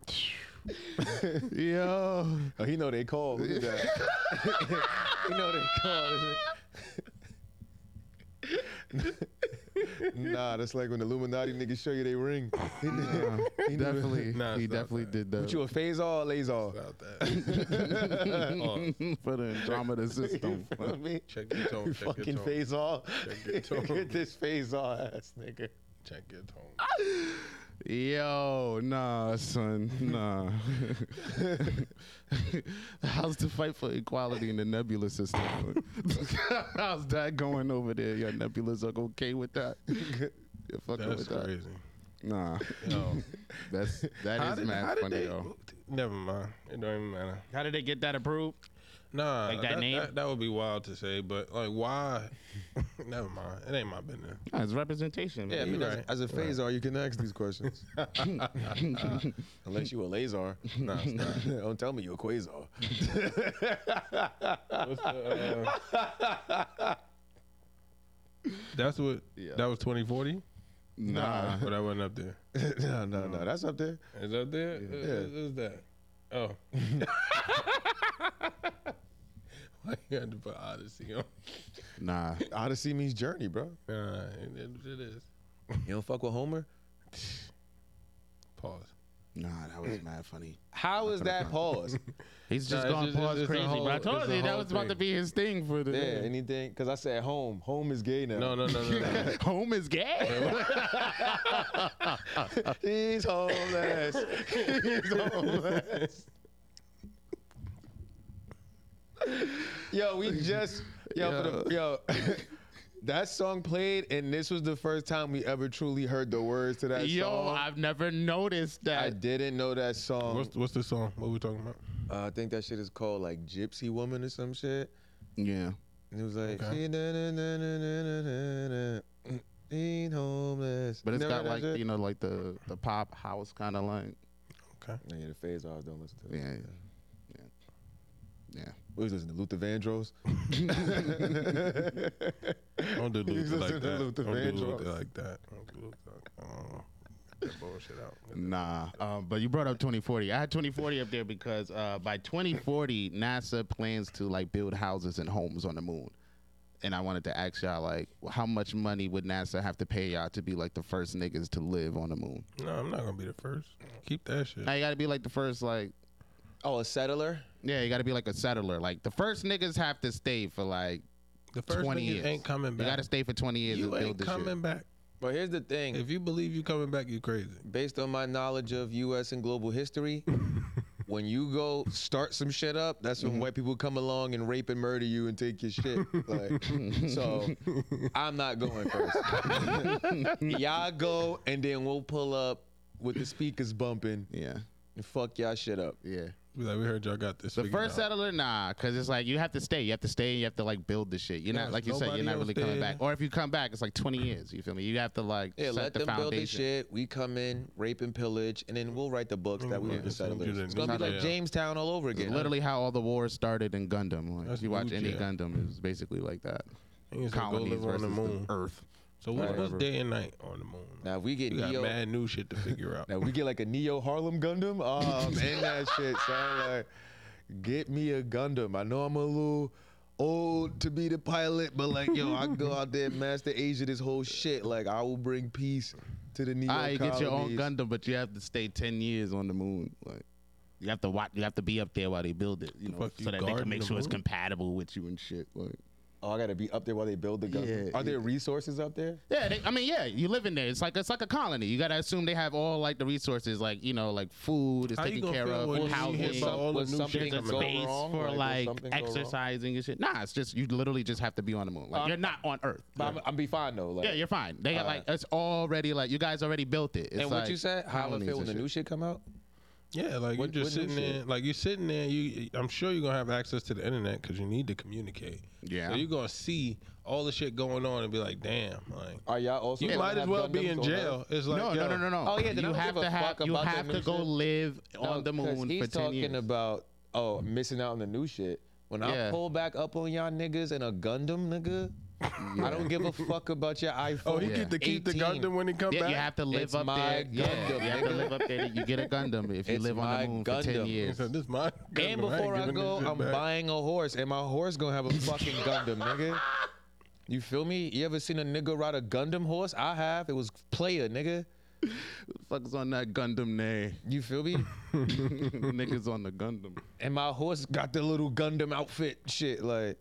S1: Yo,
S3: Oh, he know they called. Look at that. he know they called. nah, that's like when the Illuminati niggas show you they ring. He knew- he knew-
S1: definitely,
S2: Nah,
S1: he
S2: it's not
S1: definitely
S2: that.
S1: did that
S3: What you a Phasar or Lazar?
S2: about that. Oh,
S1: for the Andromeda system.
S3: You feel me?
S2: check your tone. Check your
S3: Fucking
S2: tone.
S3: Phasar.
S2: your tone.
S3: Get this Phasar ass nigga.
S2: Check your tone.
S1: Yo, nah, son, nah. How's the fight for equality in the nebula system? How's that going over there? Your nebulas are okay with that? You're fucking
S2: That's
S1: with that?
S2: crazy.
S1: Nah,
S2: No.
S1: that's that is math funny
S2: they,
S1: though.
S2: Never mind. It don't even matter.
S1: How did they get that approved?
S2: Nah,
S1: Like that name?
S2: That, that would be wild to say, but like, why? never mind. It ain't my business.
S1: it's representation.
S3: Yeah, I
S1: Man.
S3: mean, as,
S2: right.
S3: as a Phasar, you can ask these questions. Unless you a Lazar.
S2: Nah, it's not.
S3: Don't tell me you a Quasar.
S2: What's the, uh, that's what.
S1: Yeah.
S2: That was 2040.
S1: nah.
S2: but I wasn't up there.
S3: no, no, no. That's up there.
S2: Is up there? Yeah. that? Oh. Why you had to put Odyssey on?
S1: nah,
S3: Odyssey means journey, bro.
S2: Nah, it, it- it is.
S3: You don't fuck with Homer?
S2: Pause.
S1: Nah, that was mad funny.
S3: How is that pause?
S1: He's just
S2: Nah, it's
S1: going
S2: just-
S1: pause
S2: it's just a
S1: crazy.
S2: whole-
S1: but I
S2: it's
S1: told
S2: a
S1: you that
S2: whole
S1: was about to
S2: thing.
S1: be his thing for the
S3: yeah,
S1: day.
S3: anything? Because I said home. Home is gay now.
S2: No, no, no, no. no.
S1: Home is gay.
S3: He's homeless. He's homeless. yo, we just yo For the, yo. that song played, and this was the first time we ever truly heard the words to that
S1: Yo,
S3: song.
S1: I've never noticed
S3: I
S1: that.
S3: didn't know that song.
S2: What's what's the song? What we talking about?
S3: Uh, I think that shit is called like Gypsy Woman or some shit.
S1: yeah.
S3: And it was like,
S2: Okay.
S3: "She na- na- na- na- na- na- na- na, ain't homeless.
S1: But
S3: You
S1: it's
S3: never
S1: got
S3: heard
S1: like
S3: that shit?
S1: you know like the the pop house kind of like
S3: yeah, the phase I was don't listen to. it.
S1: yeah yeah yeah.
S3: We was listening to Luther Vandross.
S2: Don't do
S3: He's
S2: Luther like
S3: listening to
S2: that.
S3: Luther
S2: Don't do
S3: Vandross.
S2: Luther like that. Don't do Luther like that. Oh, get that bullshit out.
S1: Nah, um, but you brought up 2040. I had 2040 up there because uh, by 2040, NASA plans to like build houses and homes on the moon. And I wanted to ask y'all like, how much money would NASA have to pay y'all to be like the first niggas to live on the moon?
S2: No, I'm not gonna be the first. Keep that shit.
S1: Now you got to be like the first like,
S3: Oh, a settler?
S1: yeah, you got to be like a settler. Like the first niggas have to stay for like,
S2: The first
S1: 20
S2: niggas
S1: years.
S2: ain't coming
S1: you got
S2: back.
S1: to stay for 20 years
S2: You,
S1: and build
S2: ain't
S1: this
S2: coming
S1: shit.
S2: back.
S3: But here's the thing.
S2: If you believe you coming back, you crazy.
S3: Based on my knowledge of U.S. and global history, when you go start some shit up, that's when white people come along and rape and murder you and take your shit. Like, so I'm not going first. y'all go, and then we'll pull up with the speakers bumping
S1: Yeah,
S3: and fuck y'all shit up.
S1: yeah.
S2: Be like, we heard y'all got this.
S1: The
S2: figured
S1: first
S2: out.
S1: settler, nah, because it's like you have to stay. You have to stay. and You have to like build the shit. You're not
S2: There's
S1: like you said. You're
S2: nobody
S1: not really
S2: else
S1: coming
S2: there.
S1: back. Or if you come back, it's like 20 years. You feel me? You have to like
S3: Yeah,
S1: set
S3: let
S1: the
S3: them build
S1: foundation.
S3: this shit. We come in, rape and pillage, and then we'll write the books that we
S2: Yeah,
S3: were the
S2: that's what we
S3: settlers.
S2: did in
S3: It's gonna be like
S2: Newtown.
S3: Jamestown all over
S1: It's
S3: again.
S1: Literally, how all the wars started in Gundam. Like,
S2: That's
S1: if you watch
S2: blue
S1: any
S2: jail.
S1: Gundam, it's basically like that.
S2: Niggas that go
S1: Colonies
S2: live on
S1: versus
S2: the
S1: the
S2: moon.
S1: Earth.
S2: So what's,
S3: Right.
S2: what's day and night on the moon?
S3: Now if we get
S2: You got
S3: Neo.
S2: mad new shit to figure out.
S3: Now we get like a Neo Harlem Gundam. Oh man, that shit sound like get me a Gundam. I know I'm a little old to be the pilot, but like yo, I go out there, and master Asia this whole shit. Like I will bring peace to the Neo.
S1: Ah, you get your own
S3: colonies.
S1: Gundam, but you have to stay 10 years on the moon. Like. You have to watch. You have to be up there while they build it, you know,
S2: fuck you
S1: so that they
S2: guarding
S1: can make
S2: the
S1: sure it's
S2: moon?
S1: compatible with you and shit. Like,
S3: Oh, I gotta be up there while they build the Gundam.
S1: Yeah,
S3: Are there resources up there?
S1: Yeah, they, I mean, yeah, you live in there. It's like it's like a colony. You gotta assume they have all like the resources, like you know, like food is
S2: How you
S1: taken
S2: gonna
S1: care
S2: feel when
S1: of,
S2: you hear
S1: housing,
S2: about all the
S3: Was
S2: new
S3: something
S2: shit
S1: there's a
S2: coming
S3: go
S2: out?
S1: space
S3: wrong?
S1: for
S3: Like, did
S1: like,
S3: something go wrong?
S1: exercising and shit. Nah, it's just you literally just have to be on the moon. Like you're not on Earth.
S3: But I'm, I'm be fine though. Like,
S1: yeah, you're fine. They got
S3: Uh,
S1: like it's already like you guys already built it. It's like
S3: and what you said, how I
S1: colonies
S3: feel when
S1: and
S3: the
S1: shit.
S3: new shit come out?
S2: Yeah, like
S3: What-
S2: you're
S3: what
S2: just
S3: new
S2: sitting there.
S3: shit?
S2: Like you're sitting there. You, I'm sure you're gonna have access to the internet because you need to communicate.
S1: Yeah.
S2: So you're gonna see all the shit going on and be like, damn, like
S3: Are y'all also?
S2: you
S3: gonna
S2: might as
S3: Uh, have
S2: well be
S3: Gundams
S2: in
S3: on Earth?
S2: jail. It's like
S1: no,
S2: yo,
S1: no, no, no, no.
S3: Oh, yeah, then I
S1: you
S3: don't
S1: have
S3: give
S1: to
S3: a
S1: have
S3: fuck
S1: you
S3: about that
S1: have
S3: new
S1: to go
S3: shit.
S1: live
S3: No,
S1: on the
S3: 'cause
S1: moon
S3: He's
S1: for ten
S3: talking
S1: years.
S3: about oh missing out on the new shit. When I
S1: Yeah.
S3: pull back up on y'all niggas and a Gundam nigga, I don't give a fuck about your iPhone.
S2: Oh, he
S1: Yeah.
S2: get to keep the
S3: 18.
S2: Gundam when he come
S1: Yeah,
S2: back.
S1: you have to live
S3: It's
S1: up
S3: my
S1: there. yeah,
S3: Gundam,
S1: you have to
S3: nigga.
S1: live up there. You get a Gundam if you
S3: It's
S1: live on
S3: my
S1: the moon for ten
S3: Gundam.
S2: He
S1: years.
S2: said, this my
S3: And
S2: Gundam. I ain't
S3: before I
S2: giving
S3: go,
S2: this shit
S3: I'm
S2: back.
S3: buying a horse, and my horse gonna have a fucking Gundam, nigga. You feel me? You ever seen a nigga ride a Gundam horse? I have. It was player, nigga.
S1: Fuckers on that Gundam nay.
S3: You feel me?
S1: Niggas on the Gundam.
S3: and my horse got the little Gundam outfit shit. Like,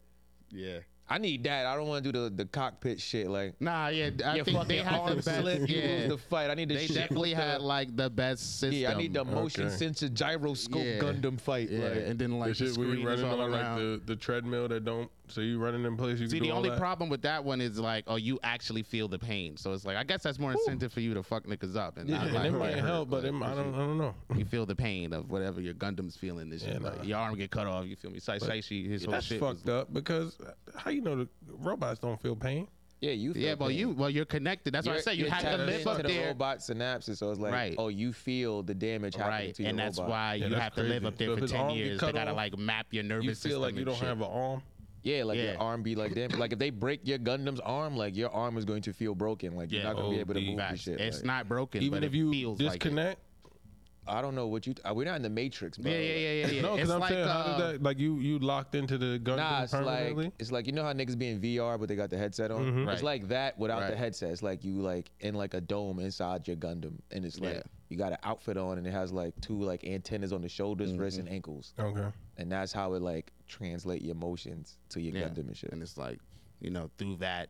S1: Yeah.
S3: I need that. I don't want to do the the cockpit shit. Like,
S1: Nah, yeah. I
S3: your
S1: think they
S3: fucking
S1: had the
S3: arm
S1: best.
S3: slip, you
S1: yeah.
S3: lose the fight. I need to
S1: they
S3: shit
S1: definitely
S3: with the-
S1: had like the best system.
S3: Yeah, I need the motion
S2: Okay.
S3: sensor gyroscope
S1: Yeah.
S3: Gundam fight.
S1: Yeah,
S3: like,
S1: and then like
S2: The
S1: the
S2: shit where
S1: screen
S2: you
S1: is
S2: running
S1: all
S2: on like
S1: around.
S2: the, the treadmill that don't. So you running in place. You
S1: See,
S2: can do
S1: the
S2: all
S1: only
S2: that.
S1: problem with that one is like, oh, you actually feel the pain. So it's like, I guess that's more incentive for you to fuck niggas up and
S2: Yeah,
S1: not
S2: and
S1: like,
S2: it
S1: get
S2: might
S1: hurt,
S2: help, but it, might- I don't. I don't know.
S1: You feel the pain of whatever your Gundam's feeling. This shit,
S2: Yeah,
S1: like
S2: nah.
S1: your arm get cut off. You feel me? Sai Saishi, his whole
S2: That's
S1: shit. was
S2: fucked up because how you know the robots don't feel pain?
S3: yeah, you. Feel
S1: Yeah, well,
S3: pain.
S1: you well, you're connected. That's why I
S3: You're-
S1: said you
S3: you're
S1: have to
S3: tapped
S1: live
S3: into
S1: up
S3: the
S1: there,
S3: robot synapses, so it's like,
S1: Right.
S3: oh, you feel the damage happening
S1: right?
S3: to your
S1: And
S3: robot.
S1: that's why
S2: Yeah,
S1: you
S2: that's
S1: have to live
S2: crazy.
S1: up there
S2: So if
S1: for
S2: his
S1: ten
S2: arm get
S1: years. They
S2: cut
S1: gotta
S2: off,
S1: like map your nervous
S2: You feel
S1: system
S2: like you
S1: and
S2: don't
S1: shit.
S2: have an arm.
S3: Yeah, like
S1: Yeah.
S3: your arm be like damn. like if they break your Gundam's arm, like your arm is going to feel broken. Like you're
S1: Yeah.
S3: not gonna be able to
S2: OD.
S3: move and
S1: Facts.
S3: shit.
S1: It's
S3: like-
S1: not broken,
S2: Even
S1: but
S2: if
S1: it
S2: you
S1: feels like it.
S2: disconnect,
S3: I don't know what you. uh, we're not in the Matrix, bro.
S1: Yeah, yeah, yeah, yeah. yeah.
S2: No, because
S1: it's
S2: I'm
S1: like
S2: saying, how
S1: uh,
S2: did that, like you you locked into the gun
S3: Nah,
S2: thing
S3: it's like
S2: permanently?
S3: it's like you know how niggas be in VR but they got the headset on.
S2: Mhm.
S3: It's
S1: Right.
S3: like that without the
S1: Right.
S3: headset. It's like you like in like a dome inside your Gundam, and it's like
S1: Yeah.
S3: you got an outfit on, and it has like two like antennas on the shoulders,
S1: Mm-hmm.
S3: wrists, and ankles,
S2: okay.
S3: and that's how it like translate your emotions to your
S1: Yeah.
S3: Gundam and shit.
S1: and it's like you know through that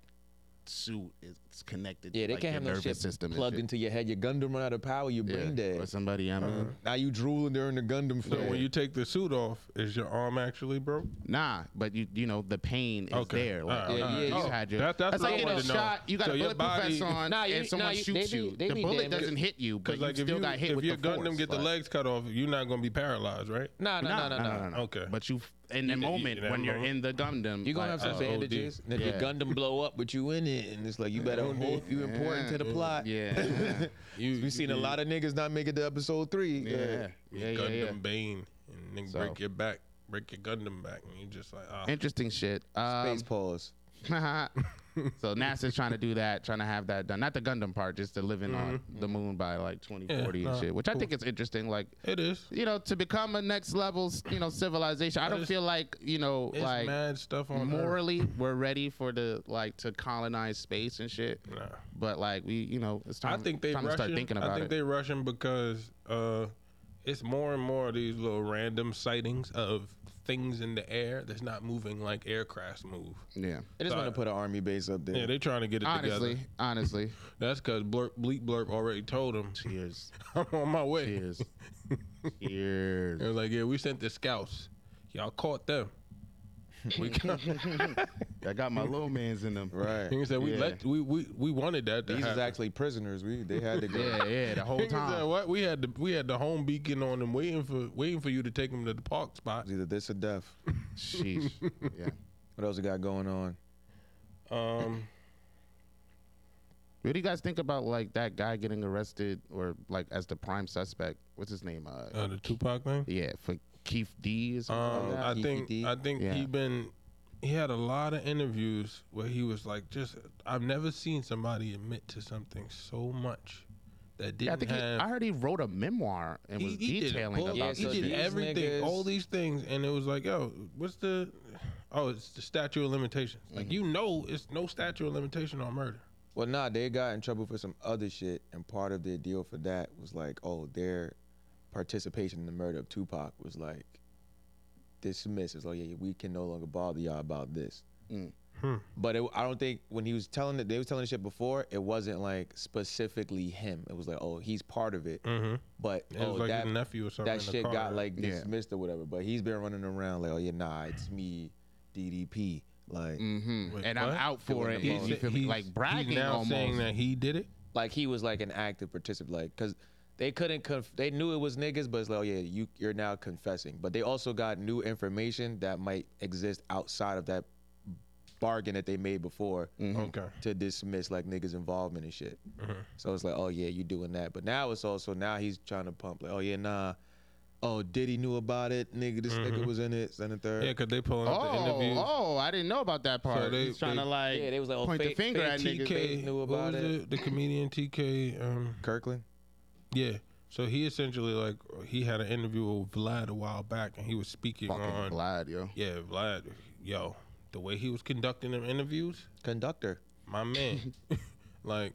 S1: suit it's connected.
S3: Yeah,
S1: to,
S3: they
S1: like,
S3: can't
S1: your
S3: have no
S1: nervous
S3: shit
S1: system and
S3: plugged
S1: shit.
S3: into your head. Your Gundam run out of power, your brain
S1: yeah. or
S3: dead.
S1: somebody. I mean,
S2: Uh-huh.
S3: Now you drooling during the Gundam
S2: So
S3: film.
S2: when you take the suit off, is your arm actually broke?
S1: nah, but you you know the pain is
S2: Okay.
S1: there. Like,
S2: Alright,
S1: you-
S3: alright.
S1: you,
S2: Oh,
S1: had your,
S2: that- that's what I
S1: like getting
S2: wanted to know.
S1: shot. You got
S2: So
S1: a
S2: your
S1: bullet
S2: body-
S1: vest on,
S4: Nah, you-
S1: and someone
S4: nah, you-
S1: shoots
S4: they be-
S1: you.
S4: they
S1: The
S4: be
S1: bullet
S4: damaged.
S1: doesn't hit you, but you
S2: like
S1: still got hit
S2: if
S1: with
S2: your
S1: the
S2: Gundam
S1: force,
S2: get the
S1: like-
S2: legs cut off, you're not gonna be paralyzed, right?
S3: nah, nah, nah, nah, nah.
S2: Okay.
S1: But you, in the
S2: you-
S1: moment
S2: in that
S1: when you're
S2: moment.
S1: in the Gundam,
S3: You're gonna
S1: like,
S3: have
S1: uh,
S3: some
S2: OD.
S3: bandages, and if your
S1: Yeah.
S3: Gundam blow up with you in it, and it's like you better hope you important to the plot.
S1: Yeah,
S2: You
S3: We've seen a lot of niggas not make it to episode three.
S1: yeah, yeah, yeah,
S2: Gundam
S1: yeah.
S2: Bane and then
S1: So-
S2: break your back, break your Gundam back, and you just like ah.
S1: Interesting shit. Um,
S3: Space Uh, pause.
S1: so NASA's trying to do that, trying to have that done. Not the Gundam part, just the living on the moon by like 2040
S2: Mm-hmm. Yeah,
S1: and
S2: nah,
S1: shit, which I think is interesting. Like,
S2: It is.
S1: you know, to become a next level, you know, civilization. I don't
S2: is-
S1: feel like you know,
S2: It's
S1: like
S2: mad stuff on Earth.
S1: morally we're ready for the like to colonize space and shit.
S2: Nah.
S1: But like we, you know, it's
S2: I
S1: time.
S2: think they
S1: time
S2: rushing.
S1: to start thinking
S2: I
S1: about
S2: think
S1: it.
S2: they rushing because uh, it's more and more of these little random sightings of things in the air that's not moving like aircrafts move.
S1: yeah.
S3: I just want
S2: Sorry.
S3: to put an army base up there.
S2: Yeah, they trying to get it
S1: Honestly,
S2: together.
S1: honestly.
S2: That's because Blurp, Bleep Blurp already told them
S1: Cheers.
S2: I'm on my way.
S1: Cheers. Cheers.
S2: It was like, yeah, we sent the scouts. Y'all caught them. We got,
S1: I got my little mans in them.
S3: right.
S2: he said we
S1: Yeah.
S2: let we, we we wanted that. To
S3: These is
S2: happen.
S3: actually prisoners. We they had to go.
S1: Yeah, yeah, the whole
S2: Nigga said,
S1: time.
S2: what we had the we had the home beacon on them waiting for waiting for you to take them to the park spot.
S3: It's Either this or death.
S1: Sheesh. Yeah.
S3: What else we got going on?
S2: Um,
S1: What do you guys think about like that guy getting arrested or like as the prime suspect? What's his name? Uh,
S2: uh, the Tupac thing.
S1: yeah, for Keith D. Or something like
S2: Um,
S1: that?
S2: I think
S3: DPD.
S2: I think
S1: E Yeah.
S2: he been he had a lot of interviews where he was like, just I've never seen somebody admit to something so much that didn't
S1: Yeah, I think he,
S2: have.
S1: I heard he wrote a memoir and
S2: he,
S1: was
S2: he did
S1: detailing
S2: bull-
S1: about
S3: Yeah,
S2: he
S3: so
S1: the
S2: did e-
S3: these
S2: everything,
S3: niggas-
S2: all these things, and it was like, yo, what's the? Oh, it's the statute of limitations.
S1: Mm-hmm.
S2: Like you know, it's no statute of limitation on murder.
S3: Well, nah, they got in trouble for some other shit, and part of their deal for that was like, oh, their participation in the murder of Tupac was like dismissed. It's like, yeah, we can no longer bother y'all about this.
S1: Mm.
S2: Hmm.
S3: But it, I don't think when he was telling it, they was telling the shit before. It wasn't like specifically him. It was like, oh, he's part of it,
S2: Mm-hmm.
S3: but
S2: It
S3: oh,
S2: was like
S3: that
S2: his nephew or something.
S3: that
S2: in the
S3: shit
S2: car.
S3: got like
S1: Yeah.
S3: dismissed or whatever. But he's been running around like, oh yeah, nah, it's me, DDP. Like,
S1: hmm
S2: Wait,
S1: and
S2: what?
S1: I'm out for
S3: Doing
S1: it.
S3: the
S1: and
S2: He's-
S1: you feel me?
S2: he's-
S1: Like bragging
S2: he's now
S1: almost.
S2: saying that he did it.
S3: like he was like an active participant, like because they couldn't. Conf- they knew it was niggas, but it's like, oh yeah, you you're now confessing. But they also got new information that might exist outside of that bargain that they made before
S2: Okay.
S3: to dismiss like niggas involvement and shit.
S2: Mm-hmm.
S3: So it's like, oh yeah, you doing that. But now it's also now he's trying to pump like, oh yeah, nah. Oh, Diddy knew about it, nigga. This nigga was in it, and third.
S2: Mm-hmm. Yeah, because they pulling up the
S1: Oh,
S2: interviews.
S1: oh, I didn't know about that part.
S2: they-
S1: He's trying
S2: they-
S1: to like
S4: Yeah, they was like, oh,
S1: point the
S4: fake-
S1: finger
S4: fake
S1: at niggas.
S2: TK
S3: knew
S2: who
S3: about
S2: was
S3: it.
S2: The, the comedian TK. Um,
S3: Kirkland.
S2: yeah. So he essentially like he had an interview with Vlad a while back, and he was speaking on
S1: Fucking lied, yo.
S2: yeah Vlad. Yo, the way he was conducting them interviews,
S3: Conductor.
S2: my man, like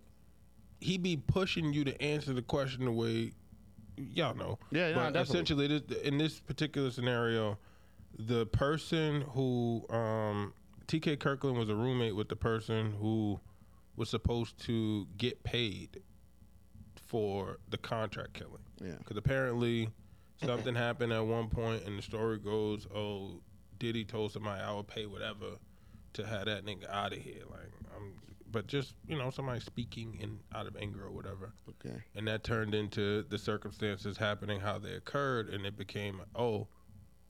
S2: he be pushing you to answer the question the way y'all know.
S1: Yeah, nah,
S2: but
S1: definitely.
S2: essentially, this, in this particular scenario, the person who um, TK Kirkland was a roommate with the person who was supposed to get paid for the contract killing.
S1: Yeah.
S2: Because apparently something happened at one point, and the story goes, "Oh, Diddy told somebody I would pay whatever to have that nigga out of here." Like, I'm, but just you know, somebody speaking in out of anger or whatever,
S1: Okay.
S2: and that turned into the circumstances happening how they occurred, and it became, "Oh,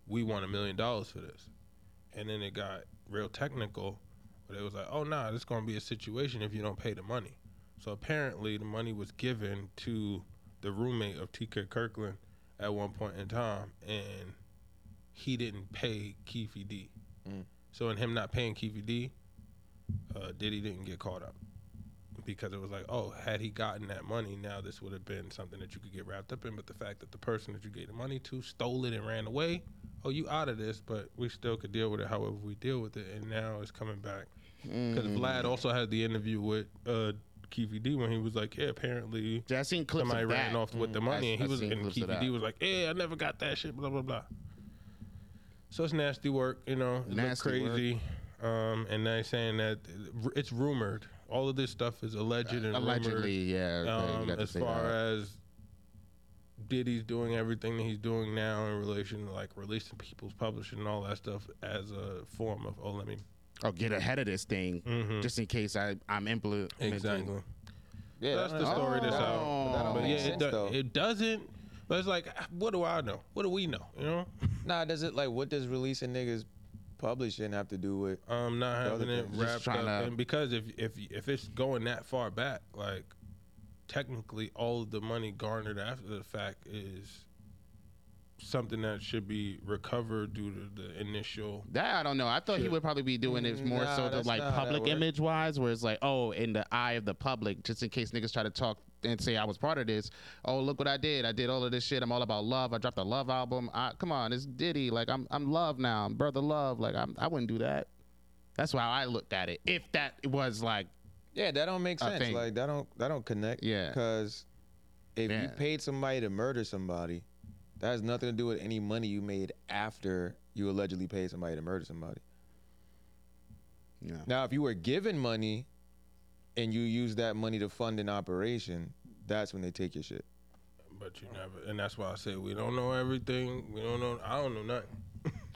S2: we want a million dollars for this," and then it got real technical. But it was like, "Oh, nah, this gonna be a situation if you don't pay the money." So apparently, the money was given to the roommate of TK Kirkland at one point in time, and he didn't pay Keefy D. So in him not paying Keefy D, uh, Diddy didn't get caught up. because it was like, oh, had he gotten that money, now this would have been something that you could get wrapped up in. But the fact that the person that you gave the money to stole it and ran away, oh, you out of this, but we still could deal with it however we deal with it. And now it's coming back. Because
S1: Mm-hmm.
S2: Vlad also had the interview with uh, Keefy D when he was like, yeah, apparently
S1: Yeah, I seen clips
S2: somebody
S1: of that. Mm,
S2: ran off with the money.
S1: I-
S2: and he
S1: I
S2: was
S1: seen
S2: and
S1: clips of
S2: Keefy
S1: that.
S2: D was like, yeah, I never got that shit, blah, blah, blah. So it's nasty work, you know. It look
S1: Nasty work.
S2: crazy. Um, and they're saying that it's rumored. All of this stuff is alleged and rumored.
S1: Allegedly, yeah. okay, you
S2: Um,
S1: got to
S2: as
S1: say
S2: far
S1: that.
S2: as Diddy's doing everything that he's doing now in relation to like releasing people's publishing and all that stuff as a form of oh let me
S1: oh, get ahead of this thing,
S2: Mhm.
S1: just in case I I'm implementing.
S2: exactly
S3: Yeah,
S2: that's the story that's out.
S1: Oh.
S3: That don't
S2: But
S3: make
S2: yeah, it,
S3: sense
S2: do-
S3: though.
S2: it doesn't. But it's like, what do I know? What do we know? You know,
S3: nah, does it like what does releasing niggas publishing have to do with?
S2: um, not
S3: The other
S2: having it
S3: thing,
S1: just
S2: wrapped up,
S1: trying to-
S2: and because if if if it's going that far back, like technically all of the money garnered after the fact is something that should be recovered due to the initial
S1: That I don't know. I thought he
S2: Shit.
S1: would probably be doing it more
S3: Nah,
S1: so to
S3: that's
S1: like
S3: not how that
S1: public
S3: works.
S1: image wise, where it's like, oh, in the eye of the public, just in case niggas try to talk and say I was part of this. Oh, look what I did. I did all of this shit. I'm all about love. I dropped a love album. I, come on, it's Diddy. Like I'm I'm love now. I'm brother love. Like I'm I wouldn't do that. That's how I looked at it. If that was like
S3: Yeah, that don't make
S1: I
S3: sense.
S1: think-
S3: Like that don't that don't connect.
S1: Yeah.
S3: Cause if you
S1: Yeah.
S3: paid somebody to murder somebody, that has nothing to do with any money you made after you allegedly paid somebody to murder somebody.
S1: Yeah.
S3: Now, if you were given money and you use that money to fund an operation, that's when they take your shit.
S2: But you never, and that's why I say we don't know everything. We don't know. I don't know nothing.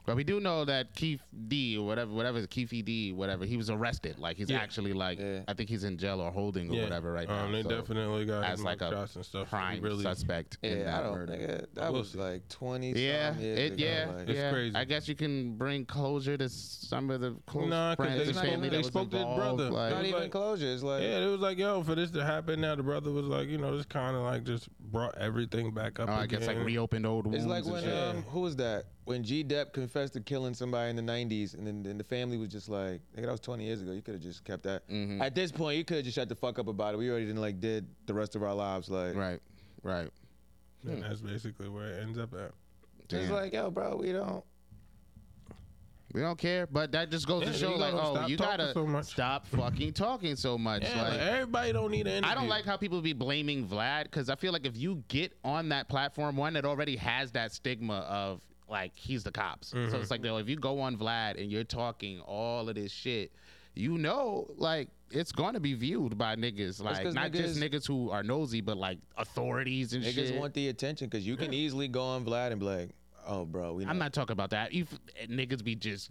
S1: But we do know that Keith D or whatever, whatever is Keith D, whatever, he was arrested. Like he's
S2: Yeah.
S1: actually like,
S3: Yeah.
S1: I think he's in jail or holding or whatever right
S2: um,
S1: now.
S2: They
S1: so,
S2: definitely got
S1: as
S2: his
S1: like a
S2: shots and stuff.
S1: prime
S2: really,
S1: suspect. in
S3: Yeah, I
S1: that
S3: don't.
S1: murder.
S3: Nigga, that
S2: We'll
S3: was
S2: see.
S3: like twenty.
S1: Yeah,
S3: some years
S1: it,
S3: ago,
S1: yeah,
S3: like-
S2: It's
S1: yeah.
S2: crazy.
S1: I guess you can bring closure to some of the close
S2: Nah, 'cause
S1: friends
S2: they
S1: and
S2: spoke-
S1: family
S2: they
S1: that was
S2: spoke to his
S1: involved,
S2: brother.
S1: like-
S3: not
S2: It was
S3: even
S2: like-
S3: closure. It's like
S2: yeah, it was like, yo, for this to happen now, the brother was like, you know, this kind of like just brought everything back up.
S1: oh, I
S2: again.
S1: guess like reopened old wounds.
S3: it's like
S1: and
S3: when
S1: shit.
S3: um, who was that? When G. Depp confessed to killing somebody in the '90s, and then and the family was just like, "Nigga, that was 20 years ago. You could have just kept that."
S1: Mm-hmm.
S3: At this point, you could have just shut the fuck up about it. We already didn't like did the rest of our lives.
S2: uh,
S3: Like,
S1: right, right.
S2: And that's basically where it ends up at.
S3: it's
S1: Damn.
S3: like, yo, bro, we don't.
S1: we don't care, but that just goes
S2: Yeah,
S1: to
S2: you
S1: show like,
S2: gotta
S1: oh,
S2: stop
S1: you
S2: talking
S1: gotta
S2: so much.
S1: stop fucking talking so much.
S2: Yeah,
S1: like,
S2: like, everybody don't need an.
S1: I don't
S2: interview.
S1: like how people be blaming Vlad because I feel like if you get on that platform, one that already has that stigma of like he's the cops. So
S3: Mm-hmm.
S1: it's like, though, if you go on Vlad and you're talking all of this shit, you know, like it's going to be viewed by niggas, like
S3: 'cause
S1: not just
S3: niggas-
S1: niggas who are nosy, but like authorities and
S3: Niggas
S1: shit.
S3: want the attention because you can easily go on Vlad and be like, "Oh, bro, we."
S1: I'm not talking about that. If niggas be just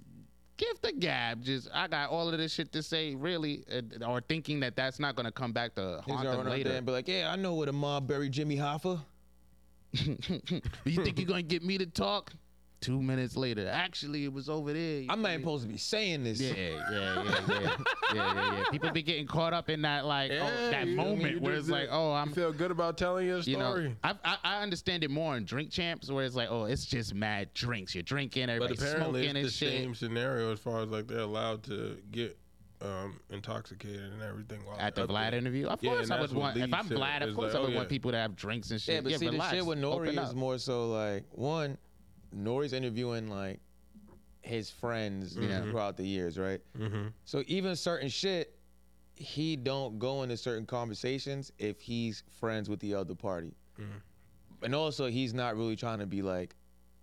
S1: give the gab, just I got all of this shit to say, really, and- or thinking that that's not going to come back to
S3: Niggas
S1: haunt
S3: gonna
S1: them
S3: run up there
S1: later.
S3: and be like, "Yeah, I know where the mob buried Jimmy Hoffa."
S1: you think you're gonna get me to talk? Two minutes later, actually, it was over there.
S3: I'm not even supposed to be saying this.
S1: Yeah, yeah, yeah, yeah, yeah, yeah, yeah. People be getting caught up in that like oh, that
S2: you-
S1: moment
S2: you
S1: where
S2: do
S1: it's
S2: good.
S1: like, oh, I'm.
S2: You feel good about telling your
S1: You know,
S2: story.
S1: I, I I understand it more in drink champs where it's like, oh, it's just mad drinks. You're drinking,
S2: But
S1: everybody
S2: apparently,
S1: smoking
S2: it's
S1: and
S2: the
S1: shit.
S2: same scenario as far as like they're allowed to get um, intoxicated and everything. While
S1: At the
S2: up there.
S1: Vlad interview, of
S2: Yeah,
S1: course
S2: and
S1: I
S2: that's
S1: would
S2: what
S1: want. If
S2: Lee
S1: I'm
S2: said.
S1: Vlad, of
S2: It's
S1: course
S2: like,
S1: I would
S2: oh,
S1: want
S2: yeah.
S1: people to have drinks and shit.
S3: Yeah, but see,
S1: relax.
S3: the shit with
S1: Open
S3: Nori
S1: up.
S3: is more so like one, Nori's interviewing like his friends
S1: Yeah.
S2: Mm-hmm.
S3: throughout the years, right? So even certain shit, he don't go into certain conversations if he's friends with the other party,
S2: Mm-hmm.
S3: and also he's not really trying to be like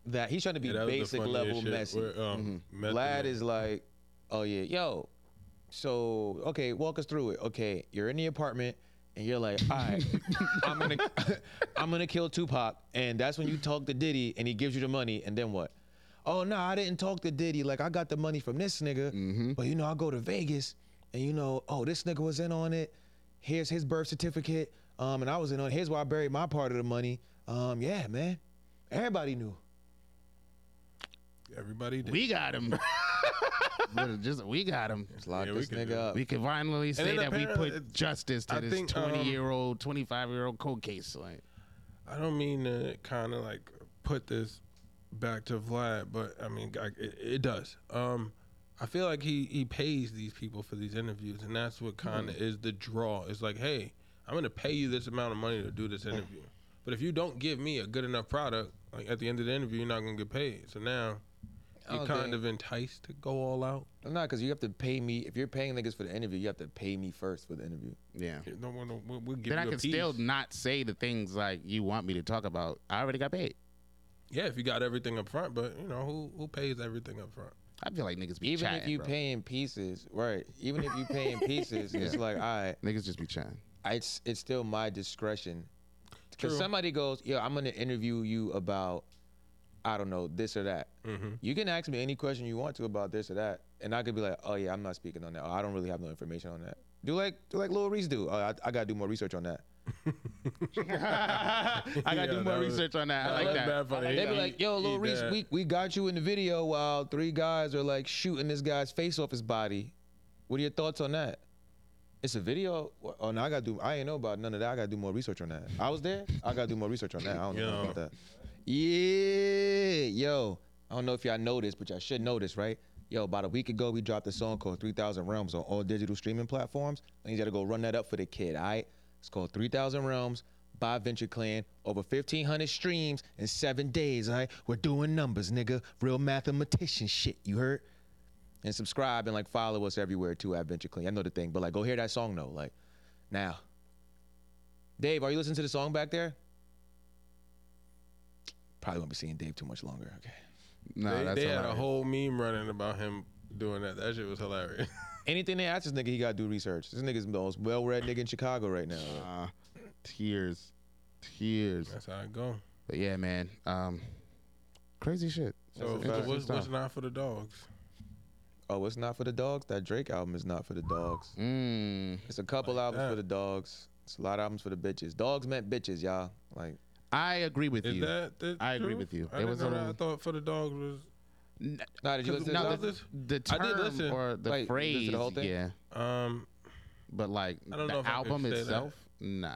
S3: that. He's trying to be
S2: Yeah, that was the
S3: basic
S2: funniest
S3: level
S2: shit
S3: messy.
S2: where, um,
S1: Mm-hmm.
S2: Method
S3: Vlad
S2: Man-
S3: is like, oh yeah, yo. So okay, walk us through it. Okay, you're in the apartment and you're like, all right, I'm gonna, I'm gonna kill Tupac, and that's when you talk to Diddy and he gives you the money, and then what? Oh no, I didn't talk to Diddy. Like I got the money from this nigga,
S1: Mm-hmm.
S3: but you know I go to Vegas, and you know, oh this nigga was in on it. Here's his birth certificate, um, and I was in on. it. Here's where I buried my part of the money. Um, yeah, man, everybody knew.
S2: Everybody did.
S1: We got him. Literally, just we got him.
S3: Lock
S2: Yeah, we
S3: this
S2: could
S3: nigga
S2: do it.
S3: up.
S1: We can finally say
S2: then
S1: that we
S2: apparently- uh,
S1: put justice to
S2: I
S1: this
S2: think, um,
S1: twenty-year-old, twenty-five-year-old cold case. Like,
S2: I don't mean to kind of like put this back to Vlad, but I mean I, it, it does. Um, I feel like he he pays these people for these interviews, and that's what
S1: Mm-hmm.
S2: kind of is the draw. It's like, hey, I'm gonna pay you this amount of money to do this interview, but if you don't give me a good enough product, like at the end of the interview, you're not gonna get paid. So now you're
S3: don't
S2: kind
S3: think-
S2: of enticed to go all out.
S3: No, not because you have to pay me. If you're paying niggas for the interview, you have to pay me first for the interview.
S1: Yeah.
S2: Yeah, No, we'll, we'll, we'll give
S1: Then
S2: you
S1: I
S2: a
S1: can
S2: piece.
S1: still not say the things like you want me to talk about. I already got paid.
S2: yeah, if you got everything up front, but you know who who pays everything up front?
S1: I feel like niggas be
S3: Even
S1: chatting,
S3: if you
S1: bro.
S3: pay in pieces, right? Even if you pay in pieces, it's like, all right,
S1: Niggas just be chatting.
S3: I, it's it's still my discretion. Because
S2: True.
S3: somebody goes, yo, I'm gonna interview you about, I don't know, this or that.
S1: Mm-hmm.
S3: You can ask me any question you want to about this or that, and I could be like, oh yeah, I'm not speaking on that. Oh, I don't really have no information on that. Do like do like Lil Reese do. Oh, I, I gotta do more research on that.
S1: I gotta do
S2: Yeah,
S1: more
S2: that was-
S1: research on that. I like
S2: that's
S1: that.
S2: bad for the
S3: They
S2: hate.
S3: be like, yo, Lil
S2: Eat
S3: Reese,
S2: that.
S3: we, we got you in the video while three guys are like shooting this guy's face off his body. What are your thoughts on that? It's a video. Wha- Oh no, I gotta do. I ain't know about none of that. I gotta do more research on that. I was there. I gotta do more research on that. I don't know nothing
S2: Yo.
S3: about that. Yeah, yo. I don't know if y'all noticed, but y'all should notice, right? Yo, about a week ago, we dropped a song called 3,000 Realms on all digital streaming platforms. I need y'all to go run that up for the kid, all right? It's called 3,000 Realms by Venture Clan. Over 1,500 streams in seven days, all right? We're doing numbers, nigga. Real mathematician shit, you heard? And subscribe and like follow us everywhere too at Venture Clan. I know the thing, but like go hear that song though. Like, now. Dave, are you listening to the song back there? Probably won't be seeing Dave too much longer. Okay.
S1: No,
S2: they,
S1: that's
S2: they had a
S1: hilarious.
S2: whole meme running about him doing that. That shit was hilarious.
S3: Anything they ask this nigga, he gotta do research. This nigga's the most well-read nigga in Chicago right now.
S1: Uh, tears, tears.
S2: That's how I go.
S1: But yeah, man. Um, crazy shit.
S3: That's
S2: So
S3: a fact.
S2: what's, what's
S1: Interesting
S2: not for the dogs?
S3: Oh, it's not for the dogs. That Drake album is not for the dogs.
S1: Mm.
S3: It's a couple albums
S2: that.
S3: for the dogs. It's a lot of albums for the bitches. Dogs meant bitches, y'all. Like,
S1: I agree with
S2: Is
S1: you.
S2: that the
S1: I agree
S2: truth?
S1: with you.
S2: I
S1: It
S2: didn't
S1: was
S2: know that.
S1: a-
S2: I thought for the dogs was.
S3: nah, did you
S2: Cause
S3: listen
S2: now
S3: to
S1: no,
S3: the
S1: the,
S2: this-
S1: the
S2: I did
S1: term
S2: listen.
S1: or the
S3: Wait, you listened to the
S1: phrase,
S3: whole thing?
S1: yeah.
S2: Um,
S1: But like
S2: I don't know
S1: the
S2: if I could
S1: album
S2: say that.
S1: itself, nah.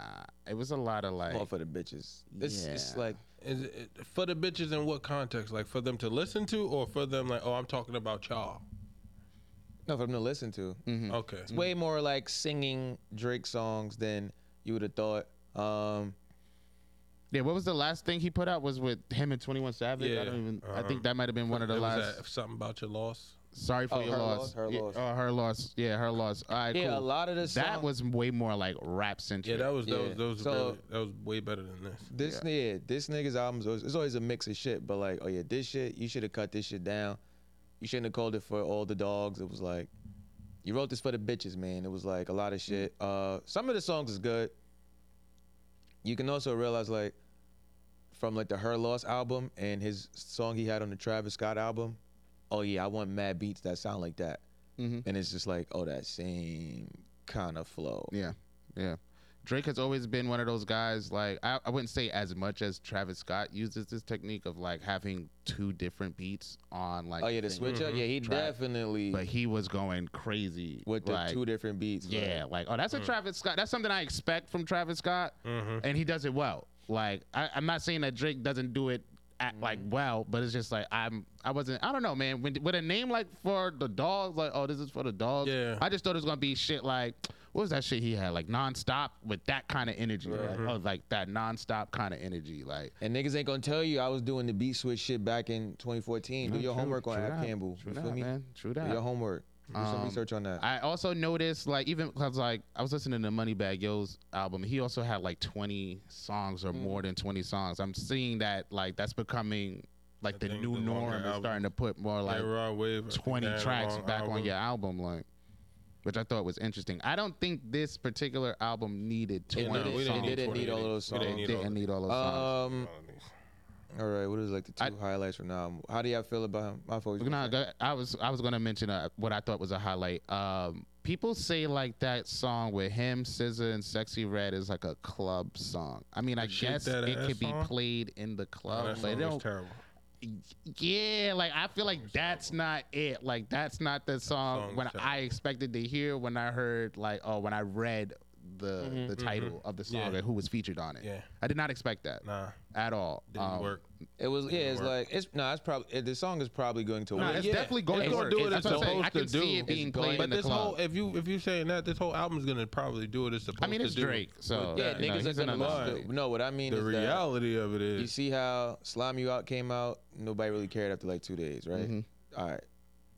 S1: It was a lot of like,
S3: All for the bitches. It's, it's
S1: Yeah.
S3: like,
S2: is it, for the bitches in what context? Like for them to listen to, or for them like, oh, I'm talking about y'all.
S3: no, for them to listen to.
S1: Mm.
S2: Okay.
S3: It's way more like singing Drake songs than you would have thought. Um,
S1: yeah. What was the last thing he put out? Was with him and Twenty One Savage. I
S2: Yeah,
S1: don't even. I
S2: um,
S1: think that might have been one of the
S2: It was
S1: last.
S2: that something about your loss.
S1: Sorry for
S3: Oh,
S1: your
S3: Her
S1: loss.
S3: Loss, Her
S1: yeah,
S3: Loss.
S1: oh, her loss. Yeah, her loss. All right,
S3: yeah,
S1: cool.
S3: a lot of the songs.
S1: that was way more like rap
S2: Yeah,
S1: centric.
S2: that was that
S3: Yeah.
S2: was that was,
S3: So-
S2: really- that was way better than this.
S3: This yeah. this nigga's albums was, it's always a mix of shit, but like, oh yeah, this shit, you should have cut this shit down. You shouldn't have called it for all the dogs. It was like you wrote this for the bitches, man. It was like a lot of shit.
S1: Mm.
S3: Uh some of the songs is good. You can also realize like from like the Her Loss album and his song he had on the Travis Scott album, oh yeah, I want mad beats that sound like that.
S1: Mhm.
S3: And it's just like, oh, that same kind of flow.
S1: Yeah, yeah. Drake has always been one of those guys. Like I, I wouldn't say as much as Travis Scott uses this technique of like having two different beats on like.
S3: Oh yeah, the
S1: thing.
S3: switch up. Yeah, he
S1: Track.
S3: definitely
S1: But he was going crazy
S3: with the
S1: like,
S3: two different beats. like-
S1: Yeah, like oh, that's a Travis Scott. That's something I expect from Travis Scott, and he does it well. Like I, I'm not saying that Drake doesn't do it at, like well, but it's just like I'm. I wasn't. I don't know, man. When, with a name like for the dogs, like oh, this is for the dogs.
S2: Yeah.
S1: I just thought it was gonna be shit like what was that shit he had like nonstop with that kind of energy, like, oh, like that nonstop kind of energy, like.
S3: And niggas ain't gonna tell you I was doing the beat switch shit back in 2014. Do your
S1: True-
S3: homework on
S1: true
S3: Ab
S1: that,
S3: Campbell.
S1: True
S3: You
S1: that,
S3: feel me?
S1: man. True
S3: Do
S1: that.
S3: your homework. Do some
S1: Um,
S3: research on that.
S1: I also noticed, like, even because, like, I was listening to Moneybag Yo's album, he also had like 20 songs or
S2: Mm-hmm.
S1: more than 20 songs. I'm seeing that, like, that's becoming like the
S2: think
S1: new
S2: the longer
S1: norm is
S2: album-
S1: starting to put more like
S2: Like, raw wave.
S1: 20
S2: that
S1: tracks
S2: long
S1: back on
S2: album.
S1: your album, like, which I thought was interesting. I don't think this particular album needed 20
S2: Yeah, no, we
S1: songs.
S2: didn't,
S3: They
S2: need
S3: didn't need
S2: 20
S3: all
S2: of
S3: those
S2: these. We didn't
S3: songs.
S2: need all
S1: Didn't
S2: of
S1: need all those songs.
S3: um,
S2: these.
S3: all right. What is like the two highlights from now? How do y'all feel about him? My fault.
S1: No, go- I was I was gonna mention uh, what I thought was a highlight. Um, people say like that song with him, SZA, and Sexy Red is like a club song. I mean, I
S2: Shake
S1: guess
S2: That
S1: it
S2: Ass
S1: could be
S2: song?
S1: played in the
S2: Oh,
S1: club,
S2: that
S1: but it
S2: song was
S1: don't.
S2: terrible.
S1: Yeah, like I feel like that's not it. Like that's not the song
S2: song
S1: when
S2: was
S1: I expected to hear when I heard like oh when I read the the title of the song
S2: Mm-hmm. Yeah.
S1: and who was featured on it.
S2: Yeah.
S1: I did not expect that
S2: Nah,
S1: at all.
S2: didn't
S1: Um,
S2: work.
S3: It was yeah. It's
S2: work.
S3: like it's no. It's probably it, the song is probably going to
S1: Nah,
S3: win.
S1: it's
S2: yeah.
S1: definitely going
S2: It's
S1: to
S2: gonna
S1: do
S2: do
S1: it.
S2: what
S1: That's what I'm
S2: it's
S1: saying. I can
S2: supposed to
S1: see
S2: do.
S1: it being
S3: It's
S1: played
S3: going-
S1: in
S2: But
S1: the
S2: this
S1: club.
S2: whole if you if you saying that this whole album's gonna probably do what it's supposed
S1: I
S2: to.
S1: mean, it's
S2: do.
S1: Drake, so
S3: yeah,
S1: you know,
S3: niggas
S1: he's
S3: are gonna
S1: another-
S2: lie.
S3: love it. No, what I mean
S2: The
S3: is that
S2: reality of it
S3: You
S2: is,
S3: see how Slime You Out came out? Nobody really cared after like two days, right?
S1: Mm-hmm.
S3: All right.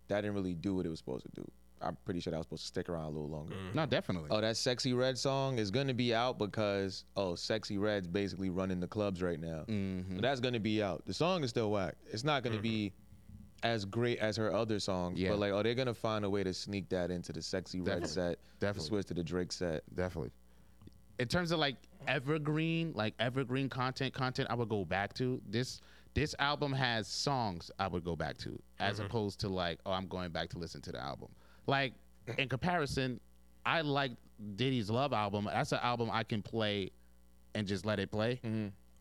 S3: That didn't really do what it was supposed to do. I'm pretty sure that was supposed to stick around a little longer.
S2: mm,
S1: No, definitely.
S3: Oh, that Sexy Red song is going to be out because, oh, Sexy Red's basically running the clubs right now.
S1: Mm-hmm.
S3: So that's going to be out. The song is still whack. It's not going to be as great as her other songs,
S1: Mm-hmm. Yeah.
S3: but like, oh, they're going to find a way to sneak that into the Sexy
S1: Definitely.
S3: Red set,
S1: Definitely.
S3: to switch to the Drake set.
S1: definitely. In terms of like evergreen, like evergreen content, content I would go back to this. This album has songs I would go back to, as opposed to like, oh, I'm going back to listen to the album. Like in comparison, I like Diddy's Love album. That's an album I can play and just let it play,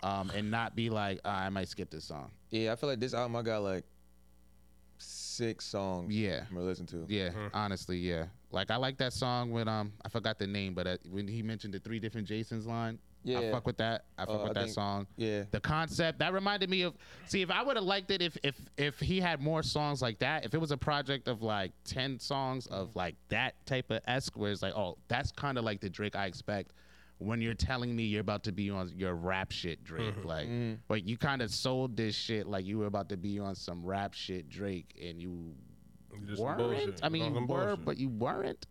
S1: um, and not be like, "Ah, I might skip this song.
S3: Yeah, I feel like this album, I got like six songs
S1: Yeah.
S3: I'm going to listen to.
S1: Yeah, honestly, yeah. Like I like that song when um I forgot the name, but uh, when he mentioned the three different Jasons line, I
S3: Yeah.
S1: fuck with that. I fuck
S3: Uh,
S1: with
S3: I
S1: that
S3: think-
S1: song.
S3: yeah.
S1: The concept that reminded me of. See, if I would have liked it, if if if he had more songs like that, if it was a project of like ten songs
S3: Mm.
S1: of like that type of esque, where it's like, oh, that's kind of like the Drake I expect. When you're telling me you're about to be on your rap shit, Drake,
S3: Mm-hmm.
S1: like, like you kind of sold this shit like you were about to be on some rap shit, Drake, and you
S2: Just some
S1: weren't.
S2: bullshit.
S1: I
S2: Just
S1: mean, you
S2: some
S1: were,
S2: bullshit.
S1: but you weren't.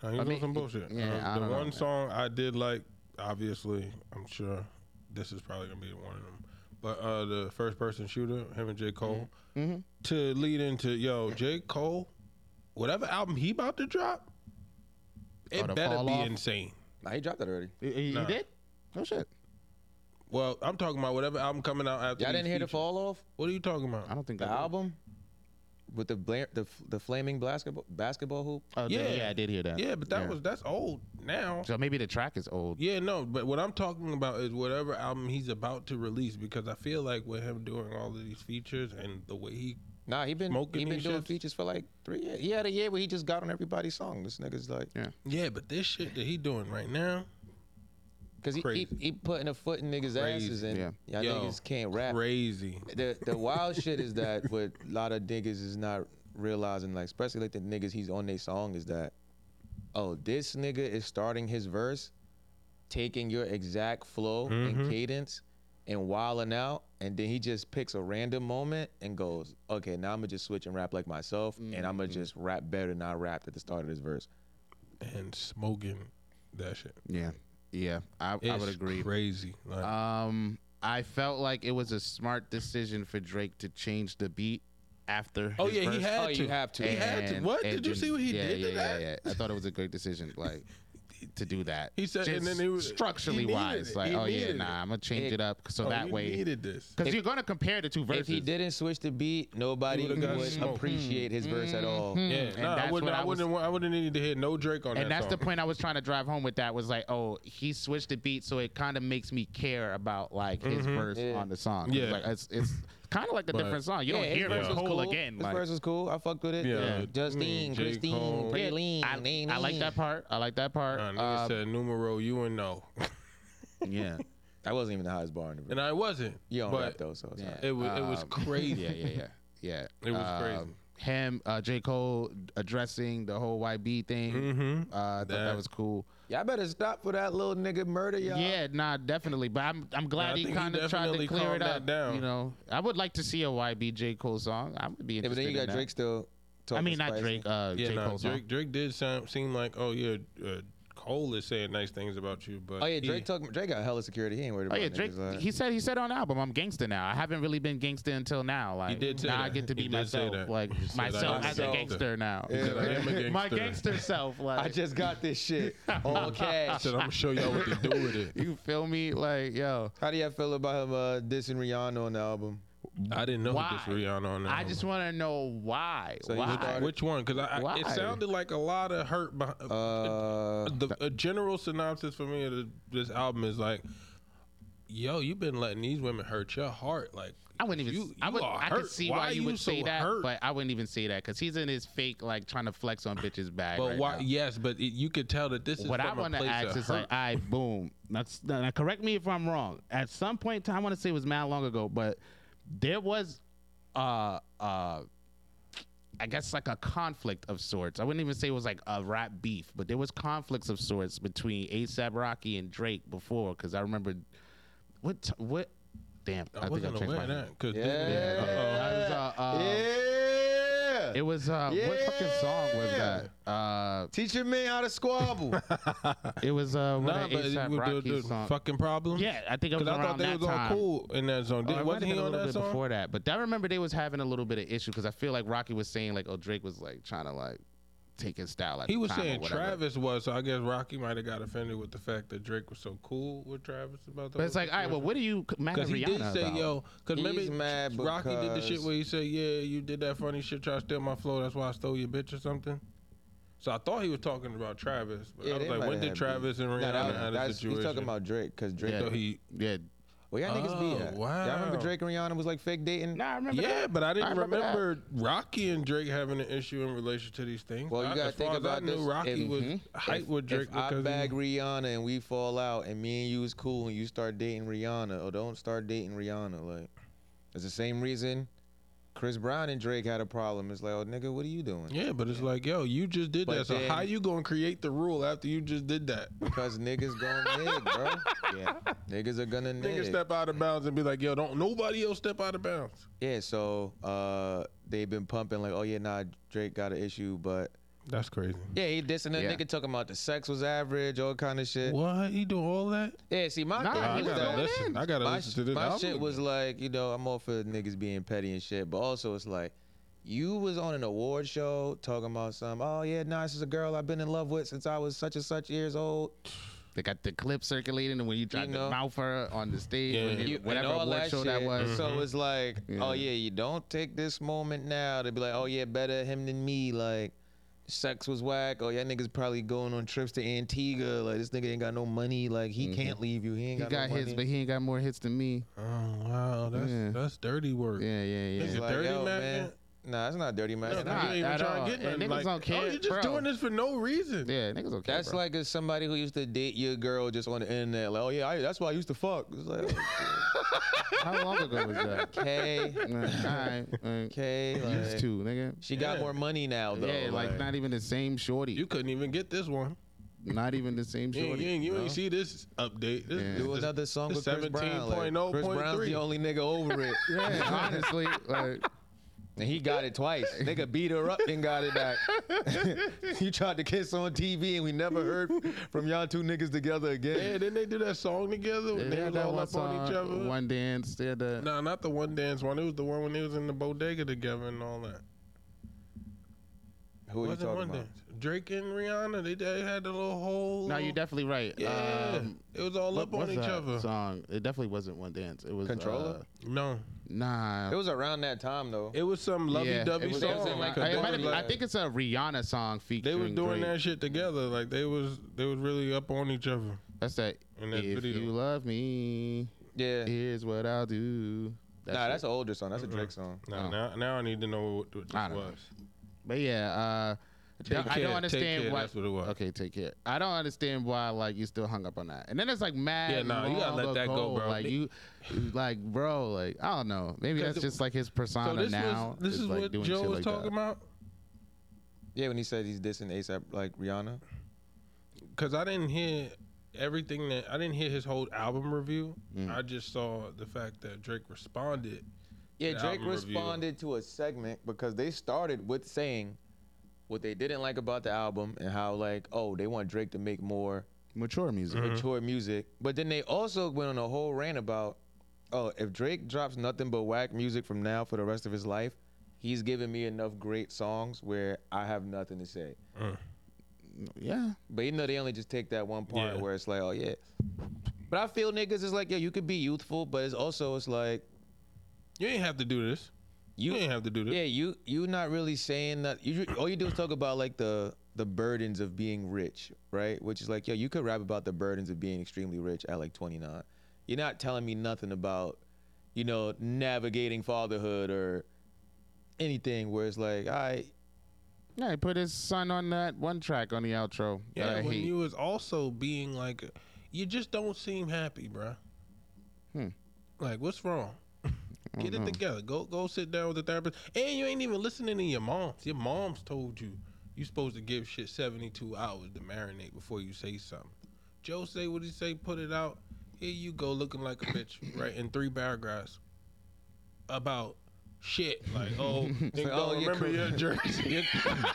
S2: Nah, he was
S1: I
S2: on
S1: mean,
S2: some bullshit.
S1: yeah, I
S2: Uh, the
S1: don't know,
S2: one
S1: man.
S2: song I did like, obviously, I'm sure this is probably gonna be one of them. But uh, the first person shooter, him and J Cole,
S1: Mm-hmm.
S2: to lead into yo J Cole, whatever album he about to drop, it
S1: Oh, the
S2: better
S1: Fall
S2: be
S1: Off?
S2: insane.
S3: Nah, he dropped that already.
S1: You, you
S2: Nah.
S1: did? Oh shit!
S2: Well, I'm talking about whatever album coming out after.
S3: Y'all
S2: these
S3: didn't hear the
S2: features.
S3: fall off
S2: What are you talking about?
S1: I don't think
S3: the
S1: I did.
S3: album with the bla- the f- the flaming basketball basketball hoop.
S1: Oh, yeah,
S2: Yeah.
S1: yeah, I did hear that.
S2: Yeah, but that was that's old now.
S1: so maybe the track is old.
S2: Yeah, no, but what I'm talking about is whatever album he's about to release because I feel like with him doing all of these features and the way he
S3: Nah, he been
S2: Smoking
S3: he been
S2: these
S3: doing
S2: shits?
S3: features for like three years. He had a year where he just got on everybody's song. This nigga's like,
S1: Yeah.
S2: Yeah, but this shit that he doing right now,
S3: cause he, he
S2: Crazy.
S3: he putting a foot in niggas' asses and
S1: Yeah.
S3: y'all
S2: Yo,
S3: niggas can't rap.
S2: crazy.
S3: The the wild shit is that what a lot of niggas is not realizing, like especially like the niggas he's on their song is that, oh this nigga is starting his verse, taking your exact flow
S2: Mm-hmm.
S3: and cadence, and wilding out, and then he just picks a random moment and goes, okay now I'm gonna just switch and rap like myself, and I'm gonna just rap better than I rapped at the start of this verse.
S2: And smoking that shit.
S1: Yeah, yeah, I, I
S2: It's
S1: would agree.
S2: Crazy. Like,
S1: Um, I felt like it was a smart decision for Drake to change the beat after.
S2: oh
S1: his
S2: yeah, he
S1: verse.
S2: had
S3: Oh,
S2: to.
S3: you have to.
S2: He had to.
S1: And-
S2: What
S1: and
S2: did you
S1: then-
S2: see what he
S1: yeah,
S2: did
S1: yeah,
S2: to that?
S1: Yeah, yeah, I thought it was a great decision, like to do that.
S2: He said- and
S1: Just
S2: then he was-
S1: structurally
S2: he needed
S1: wise,
S2: it.
S1: like,
S2: He
S1: oh yeah,
S2: needed
S1: nah,
S2: it.
S1: I'm gonna change
S3: It-
S1: it up so
S2: Oh,
S1: that
S2: he
S1: way, Mm,
S2: needed this.
S1: because you're gonna compare the two verses.
S3: If he didn't switch the beat, nobody
S2: would've
S3: would
S2: gotten smoked.
S3: appreciate his verse at all.
S2: Yeah,
S1: Mm-hmm. and
S2: no, I
S1: that's
S2: wouldn't.
S1: what
S2: I,
S1: I was-
S2: wouldn't. want- I wouldn't need to hear no Drake on
S1: and
S2: that
S1: that's
S2: song.
S1: the point I was trying to drive home with that was like, oh, he switched the beat, so it kind of makes me care about like his verse
S3: Yeah.
S1: on the song. 'Cause
S2: Mm-hmm. Yeah.
S1: like it's it's kind of like a
S2: But-
S1: different song. You
S3: his
S1: don't hear
S3: verse
S1: his
S2: was
S1: whole
S3: cool.
S1: again.
S3: His
S1: like-
S3: verse was cool. I fucked with it.
S2: Yeah. Yeah. I
S3: Justine,
S2: mean, J.
S3: Christine,
S2: Cole.
S1: Yeah,
S3: Praline,
S1: I,
S3: Nene.
S1: I like that part. I like that part.
S2: Nah, nigga
S1: Uh,
S2: said numero you and no,
S1: yeah,
S3: That wasn't even the highest bar in the room.
S2: and I wasn't.
S3: You don't rap
S2: but
S3: though, so it's
S1: yeah.
S3: alright.
S2: it was it was
S1: Um,
S2: crazy.
S1: Yeah, yeah, yeah, yeah.
S2: It was
S1: Um,
S2: crazy.
S1: Him, uh, J. Cole addressing the whole YB thing. Uh, I thought that,
S2: Mm-hmm. That-
S1: was cool.
S3: Y'all better stop for that little nigga murder, y'all.
S1: Yeah, nah, definitely. But I'm I'm
S2: I
S1: glad he
S2: think he
S1: kind of tried to
S2: definitely
S1: clear it
S2: calmed that
S1: up.
S2: down.
S1: You know, I would like to see a YB J Cole song. I would be
S3: Yeah,
S1: interested.
S3: but then you
S1: in
S3: got
S1: that.
S3: Drake still.
S1: I
S3: Talking
S1: mean, not
S3: spicy.
S1: Drake. Uh,
S2: Yeah,
S1: J
S2: no,
S1: Cole song.
S2: Drake, Drake did sound, seem like, oh yeah, uh, Cole is saying nice things about you, but
S3: Oh yeah, Drake
S2: he-
S3: talk. Drake got hella security. He ain't worried
S1: Oh
S3: about.
S1: yeah, Drake.
S3: Niggas, like-
S1: He said he said on the album, "I'm gangster now. I haven't really been gangster until now. Like
S2: did say
S1: now I
S2: that.
S1: get to be
S2: He did say
S1: myself,
S2: that.
S1: like
S2: He said,
S1: myself
S2: "I
S1: as a
S3: am
S1: gangster now.
S2: said, "I am a
S1: My
S2: gangster."
S1: gangster self. Like
S3: uh, I just got this shit all
S2: I
S3: cash.
S2: said I'm gonna show y'all what to do with it.
S1: you feel me? Like yo,
S3: How do y'all feel about him uh, dissing Rihanna on the album?
S2: I didn't know
S1: Why?
S2: this Rihanna on that.
S1: I just want to know why.
S3: So he
S1: why?
S3: started-
S2: Which one? Because I, I, it
S1: Why?
S2: sounded like a lot of hurt. Behind,
S3: Uh,
S2: the, a general synopsis for me of the, this album is like, yo, you've been letting these women hurt your heart. Like
S1: I wouldn't even.
S2: You-
S1: I
S2: you
S1: would.
S2: are
S1: I could
S2: hurt.
S1: see
S2: Why
S1: why,
S2: are
S1: you
S2: you
S1: would say
S2: so
S1: that,
S2: hurt?
S1: but I wouldn't even say that because he's in his fake, like trying to flex on bitches' bag.
S2: But
S1: right
S2: why?
S1: now.
S2: Yes, but it, you could tell that this is
S1: what I
S2: from
S1: want
S2: a
S1: to
S2: place
S1: ask
S2: of
S1: is
S2: hurt.
S1: like, I boom. That's now now correct me if I'm wrong. At some point in time, I want to say it was mad long ago, but there was uh uh I guess like a conflict of sorts. I wouldn't even say it was like a rap beef, but there was conflicts of sorts between ASAP Rocky and Drake before because I remember what t- what damn I,
S2: I
S1: think I
S2: wasn't
S1: changed
S2: aware
S1: my
S2: of that. Cause
S1: Yeah.
S2: Uh-oh.
S1: I was, uh, uh,
S3: Um, yeah.
S1: It was uh what fucking song was
S3: Yeah.
S1: that? Uh
S3: Teaching me how to squabble.
S1: it was uh
S2: Nah,
S1: what
S2: but it
S1: ASAP
S2: was
S1: Rocky
S2: the, the
S1: song.
S2: fucking problem.
S1: uh, Yeah, I think it was
S2: Because I
S1: around
S2: thought they
S1: that
S2: was all
S1: time.
S2: cool in that zone.
S1: Oh, it
S2: Did,
S1: might
S2: wasn't
S1: have
S2: he
S1: been a
S2: on
S1: little
S2: that
S1: bit
S2: song?
S1: before that, but I remember they was having a little bit of issue because I feel like Rocky was saying like, "Oh, Drake was like trying to like take his style." At
S2: He
S1: the
S2: was
S1: time or
S2: saying
S1: whatever.
S2: Travis was, so I guess Rocky might have got offended with the fact that Drake was so cool with Travis about that.
S1: But it's like, all right, well, what are you mad at
S2: Because he did
S1: Rihanna
S2: say,
S1: about?
S2: yo, because maybe
S3: He's mad
S2: Rocky did the shit
S3: because-
S2: where he said, yeah, you did that funny shit, try to steal my flow, that's why I stole your bitch or something. So I thought he was talking about Travis. But
S3: Yeah,
S2: I was
S3: they
S2: like,
S3: might
S2: when
S3: have
S2: did
S3: had
S2: Travis
S3: beef.
S2: and Rihanna
S3: No, that-
S2: have a
S3: that's-
S2: situation?
S3: He's talking about Drake, cause Drake.
S1: Yeah.
S2: So he,
S1: yeah,
S3: Well, y'all niggas be
S2: Oh,
S3: that. Y'all remember
S2: wow.
S3: Drake and Rihanna was like fake dating?
S1: nah, I remember.
S2: yeah,
S1: that.
S2: but I didn't
S1: I remember
S2: remember,
S1: that.
S2: Rocky and Drake having an issue in relation to these things.
S3: Well, you
S2: I-
S3: gotta
S2: as far
S3: think
S2: as I
S3: about
S2: knew,
S3: this.
S2: Rocky
S3: If-
S2: was
S1: Mhm.
S2: hype
S3: if,
S2: with Drake
S3: if I
S2: because
S3: bag
S2: he,
S3: Rihanna and we fall out, and me and you is cool, and you start dating Rihanna, or don't start dating Rihanna, like it's the same reason Chris Brown and Drake had a problem. It's like, oh nigga, what are you doing?
S2: yeah, but it's like, yo, you just did
S3: But
S2: that. So
S3: then-
S2: how you gonna create the rule after you just did that?
S3: Because niggas gonna nig, bro. Yeah, niggas are gonna
S2: Nigga
S3: nig.
S2: step out of bounds and be like, yo, don't nobody else step out of bounds.
S3: Yeah, so uh, they've been pumping like, oh yeah, nah, Drake got an issue, but
S2: That's crazy.
S3: yeah, he dissing that
S1: Yeah.
S3: nigga, talking about the sex was average, all kind of shit.
S2: What he doing all that?
S3: Yeah, see, my
S1: Nah,
S3: thing
S1: he
S2: I
S3: is
S1: was
S2: gotta
S3: that-
S1: going
S2: listen.
S1: in.
S2: I gotta
S3: my,
S2: listen
S3: sh-
S2: to this.
S3: my
S2: album.
S3: shit was like, you know, I'm all for niggas being petty and shit, but also it's like, you was on an award show talking about some, oh yeah, nah, this is a girl I've been in love with since I was such and such years old.
S1: They got the clip circulating, and when you tried
S3: know.
S1: to mouth her on the stage,
S2: Yeah.
S1: when they-
S2: You-
S3: and
S1: whatever
S3: all
S1: award show that
S3: shit.
S2: Uh-huh.
S1: was. Mm-hmm.
S3: So it's like,
S1: Yeah.
S3: oh yeah, you don't take this moment now to be like, oh yeah, better him than me. Like, sex was whack. Oh yeah, niggas probably going on trips to Antigua. Like this nigga ain't got no money. Like he can't leave you. He ain't
S1: Mm-hmm. He
S3: got,
S1: got
S3: no
S1: hits,
S3: money.
S1: but he ain't got more hits than me.
S2: Oh wow, that's
S1: Yeah.
S2: that's dirty work.
S1: Yeah, yeah,
S2: Nigga,
S1: yeah.
S3: It's like,
S2: Dirty
S3: yo,
S2: Mac,
S3: man. Nah, it's not dirty man.
S2: No,
S1: It's not
S2: you ain't even
S1: at
S2: trying
S1: all.
S2: to get
S1: And
S2: nothing.
S1: niggas
S2: Like,
S1: don't
S2: oh,
S1: care,
S2: you just
S1: bro.
S2: doing this for no reason.
S1: Yeah, niggas okay.
S3: That's
S1: bro.
S3: like if somebody who used to date your girl just on the internet, like, oh yeah, I, that's why I used to fuck. It's like,
S1: how long ago was that?
S3: okay,
S1: Like, all right,
S3: okay,
S1: like, used
S3: like,
S1: to, nigga.
S3: she got
S2: Yeah.
S3: more money now though.
S1: yeah, like, not even the same shorty.
S2: You couldn't even get this one.
S1: not even the same
S2: You, ain't-
S1: shorty.
S2: you ain't, you ain't
S1: no.
S2: see this update. This,
S1: Yeah.
S2: this-
S3: do
S2: this-
S3: another song
S2: this
S3: with Chris Brown. Like,
S2: 17.0.3.
S3: Chris Brown's the only nigga over it,
S1: Yeah, honestly, like
S3: and he got it twice. Nigga beat her up and got it back. he tried to kiss on TV, and we never heard from y'all two niggas together
S2: Yeah,
S3: again.
S2: didn't they do that song together? When
S1: they
S2: they
S1: had
S2: was
S1: that
S2: all
S1: one
S2: up on each
S1: song,
S2: other.
S1: one dance. They had the
S2: No, not the one dance one. It was the one when they was in the bodega together and all that.
S3: Who are you
S2: Wasn't
S3: talking
S2: one
S3: about?
S2: dance. Drake and Rihanna, they, they had the little whole.
S1: No, you're
S2: little-
S1: definitely right.
S2: Yeah,
S1: Um,
S2: it was all
S1: what
S2: up on
S1: was
S2: each
S1: that
S2: other.
S1: Song. It definitely wasn't one dance. It was
S3: Controller?
S1: Uh,
S2: No,
S1: nah.
S3: It was around that time though.
S2: it was some
S1: yeah,
S2: lovey-dovey
S1: it was-
S2: song.
S1: it was in, like,
S2: Cause
S1: I, it
S2: they
S1: might
S2: was
S1: have been- I
S2: like-
S1: think it's a Rihanna song
S2: they
S1: featuring.
S2: was doing
S1: Drake.
S2: that shit together. Like they was they was really up on each other.
S1: That's that.
S2: in that
S1: if
S2: video.
S1: you love me,
S3: yeah.
S1: here's what I'll do. That
S3: nah,
S1: shit.
S3: that's an older song. That's a Drake song.
S2: Now,
S1: Oh.
S2: now, now I need to know what, what this
S1: I don't know.
S2: was.
S1: But yeah, uh,
S2: Take
S1: I
S2: care,
S1: don't
S2: take
S1: understand
S2: care,
S1: why.
S2: that's what it was.
S1: Okay, take care. I don't understand why like you still hung up on that. And then it's like mad.
S2: Yeah, nah, you gotta
S1: long
S2: let that go,
S1: ago,
S2: bro.
S1: Like you, like bro, like I don't know. Maybe
S2: 'Cause
S1: that's
S2: the-
S1: just like his persona
S2: So this
S1: now.
S2: was this is,
S1: like
S2: what
S1: doing
S2: Joe
S1: shit
S2: was
S1: like
S2: talking
S1: that.
S2: about.
S3: Yeah, when he said he's dissing ASAP like Rihanna.
S2: because I didn't hear everything that I didn't hear his whole album review. I just saw the fact that Drake responded.
S3: Yeah,
S2: The
S3: Drake
S2: album review.
S3: responded to a segment because they started with saying what they didn't like about the album and how like, oh, they want Drake to make more
S1: Mature music.
S3: mature music. But then they also went on a whole rant about, oh, if Drake drops nothing but whack music from now for the rest of his life, he's given me enough great songs where I have nothing to say.
S1: Yeah.
S3: But you know they only just take that one part
S2: Yeah.
S3: where it's like, oh yeah. But I feel niggas is like, yeah, you could be youthful, but it's also it's like
S2: You ain't have to do this. You ain't have to do this.
S3: Yeah, you you not really saying that. You ju- all you do is talk about like the the burdens of being rich, right? Which is like, yo, you could rap about the burdens of being extremely rich at like 29. You're not telling me nothing about, you know, navigating fatherhood or anything where it's like, all right,
S1: Yeah, he put his son on that one track on the outro.
S2: Yeah,
S1: that I
S2: when
S1: hate.
S2: you was also being like, you just don't seem happy, bruh.
S1: Hmm.
S2: Like, what's wrong? Get it
S1: know.
S2: together. Go go sit down with the therapist. And you ain't even listening to your moms. Your moms told you you supposed to give shit 72 hours to marinate before you say something. Joe say what he say, put it out. Here you go looking like a bitch, right? In three paragraphs about shit. Like, oh, nigga,
S3: oh,
S2: don't
S3: your
S2: remember your
S3: career-
S2: jersey.
S3: your,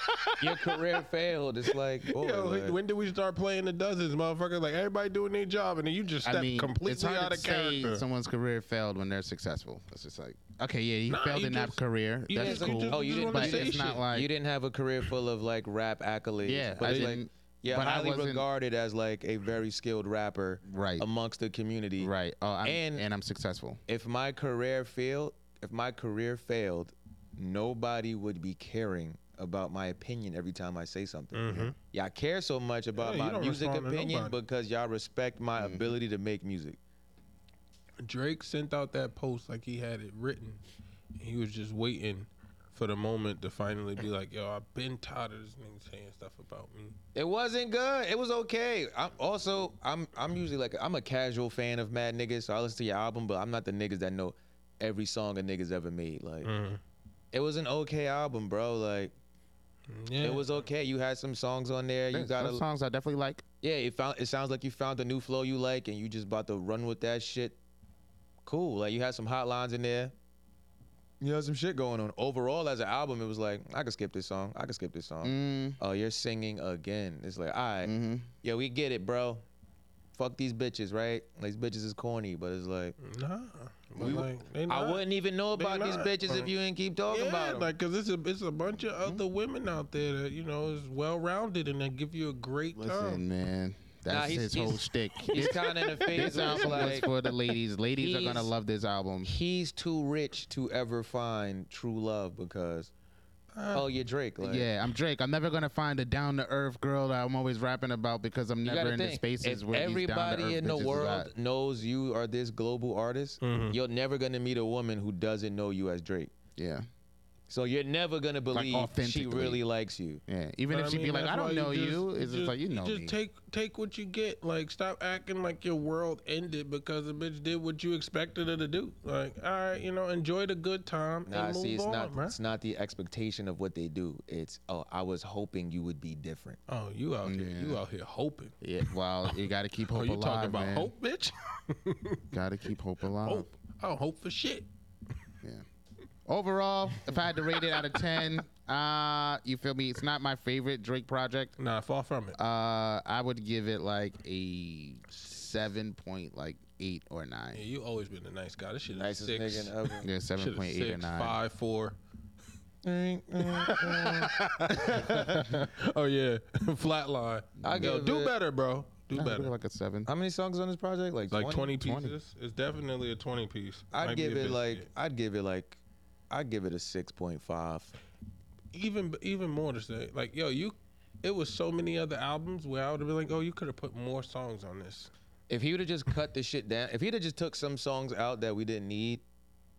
S3: your career failed. It's like, boy,
S2: Yo,
S3: like-
S2: when did we start playing the dozens, motherfucker? Like everybody doing their job, and then you just step
S1: I mean, it's
S2: completely
S1: hard
S2: out
S1: to
S2: of
S1: say
S2: character.
S1: someone's career failed when they're successful. It's just like, okay, yeah, he
S2: Nah,
S1: failed
S2: you
S1: in that
S2: just-
S1: career.
S2: you
S1: That's
S2: just- you
S1: cool.
S2: just-
S3: Oh, you
S2: just
S3: didn't-
S2: wanna
S1: but
S2: say
S1: it's not
S2: shit.
S1: like
S3: you didn't have a career full of like rap accolades.
S1: Yeah,
S3: but
S1: I
S3: it's
S1: didn't-
S3: like yeah,
S1: but I
S3: highly
S1: wasn't-
S3: regarded as like a very skilled rapper
S1: Right.
S2: um,
S3: amongst the community.
S1: right. Oh, I'm,
S3: And-
S1: and, I'm successful.
S3: If my career failed, if my career failed, nobody would be caring about my opinion every time I say something. Y'all care so much about
S2: Mm. Yeah, you
S3: my
S2: don't
S3: music
S2: respond to
S3: opinion
S2: nobody.
S3: because y'all respect my ability to make music.
S2: Drake sent out that post like he had it written. and He was just waiting for the moment to finally be like, "Yo, I've been tired of this nigga saying stuff about me."
S3: It wasn't good. It was okay. I'm also I'm I'm usually like I'm a casual fan of Mad Niggas, so I listen to your album, but I'm not the niggas that know every song a niggas ever made. Like
S2: Mm.
S3: it was an okay album, bro. Like
S2: Yeah,
S3: it was okay. You had some songs on there. You
S1: There's
S3: got
S1: some
S3: to
S1: songs I definitely like.
S3: yeah. It found it sounds like you found a new flow you like, and you just about to run with that shit. Cool. Like you had some hot lines in there. You had some shit going on. Overall, as an album, it was like I could skip this song. I could skip this song.
S1: Mm,
S3: Oh, you're singing again. It's like, all right.
S1: mhm.
S3: Yeah, we get it, bro. Fuck these bitches, right? Like, these bitches is corny, but it's like
S2: nah. but
S3: We-
S2: like, they
S3: I
S2: not.
S3: wouldn't even know
S2: They
S3: about these
S2: not,
S3: bitches
S2: bro.
S3: if you didn't keep talking
S2: yeah,
S3: about them.
S2: like, cause it's a it's a bunch of other
S1: Mm-hmm.
S2: women out there that you know is well rounded and they give you a great
S1: Listen,
S2: time.
S1: man. That's
S3: he's-
S1: his
S3: he's-
S1: whole shtick.
S3: he's kind of in a
S1: This
S3: phase where it's
S1: album was
S3: like
S1: for the ladies. Ladies are gonna
S3: he's-
S1: love this album.
S3: he's too rich to ever find true love because oh, you're Drake. Like,
S1: yeah, I'm Drake. I'm never gonna find a down to earth girl that I'm always rapping about because I'm
S3: You
S1: never
S3: gotta
S1: in the
S3: think,
S1: spaces
S3: if
S1: where
S3: everybody
S1: these
S3: in the
S1: down-to-earth bitches is
S3: world
S1: at.
S3: knows you are this global artist,
S2: Mm-hmm.
S3: you're never gonna meet a woman who doesn't know you as Drake.
S1: Yeah,
S3: So you're never gonna believe she
S1: authentically.
S3: really likes you.
S1: yeah. Even
S2: But
S1: if
S2: I
S1: she
S2: mean,
S1: be like,
S2: that's
S1: I
S2: why
S1: don't know
S2: just-
S1: you, it's just
S2: just-
S1: like you know
S2: Just
S1: me.
S2: take take what you get. Like, stop acting like your world ended because the bitch did what you expected her to do. Like, all right, you know, enjoy the good time
S3: Nah,
S2: and move
S3: see, it's
S2: on,
S3: not
S2: bruh.
S3: it's not the expectation of what they do. It's oh, I was hoping you would be different.
S2: Oh, you out here, you out here hoping.
S1: Yeah, well, you gotta keep hope
S2: Are Oh, you
S1: alive,
S2: talking about
S1: man.
S2: hope, bitch?
S1: Gotta keep hope alive.
S2: hope. I don't hope for shit.
S1: Yeah. Overall, if I had to rate it out of ten, uh, you feel me? It's not my favorite Drake project.
S2: Nah, far from it.
S1: Uh, I would give it like a seven point like eight or nine.
S2: Yeah, you always been a nice guy. This shit
S3: Nicest
S2: is six.
S3: nigga in ever.
S1: Yeah,
S2: Shit
S1: seven
S2: is
S1: point eight or
S2: six,
S1: nine.
S2: five, four. oh yeah, flatline.
S3: I
S2: Yo,
S3: give
S2: do
S3: it-
S2: better, bro. Do
S1: Nah,
S2: better.
S1: like a seven.
S3: How many songs on this project? Like
S2: Like 20,
S1: 20.
S2: pieces. It's definitely a 20 piece.
S3: I'd
S2: Might be
S3: give
S2: a
S3: it
S2: bit-
S3: like I'd give it like I'd give it a six point five.
S2: even even more to say. Like yo, you it was so many other albums where I would have been like, "Oh, you could have put more songs on this."
S3: If he would have just cut the shit down, if he'd have just took some songs out that we didn't need,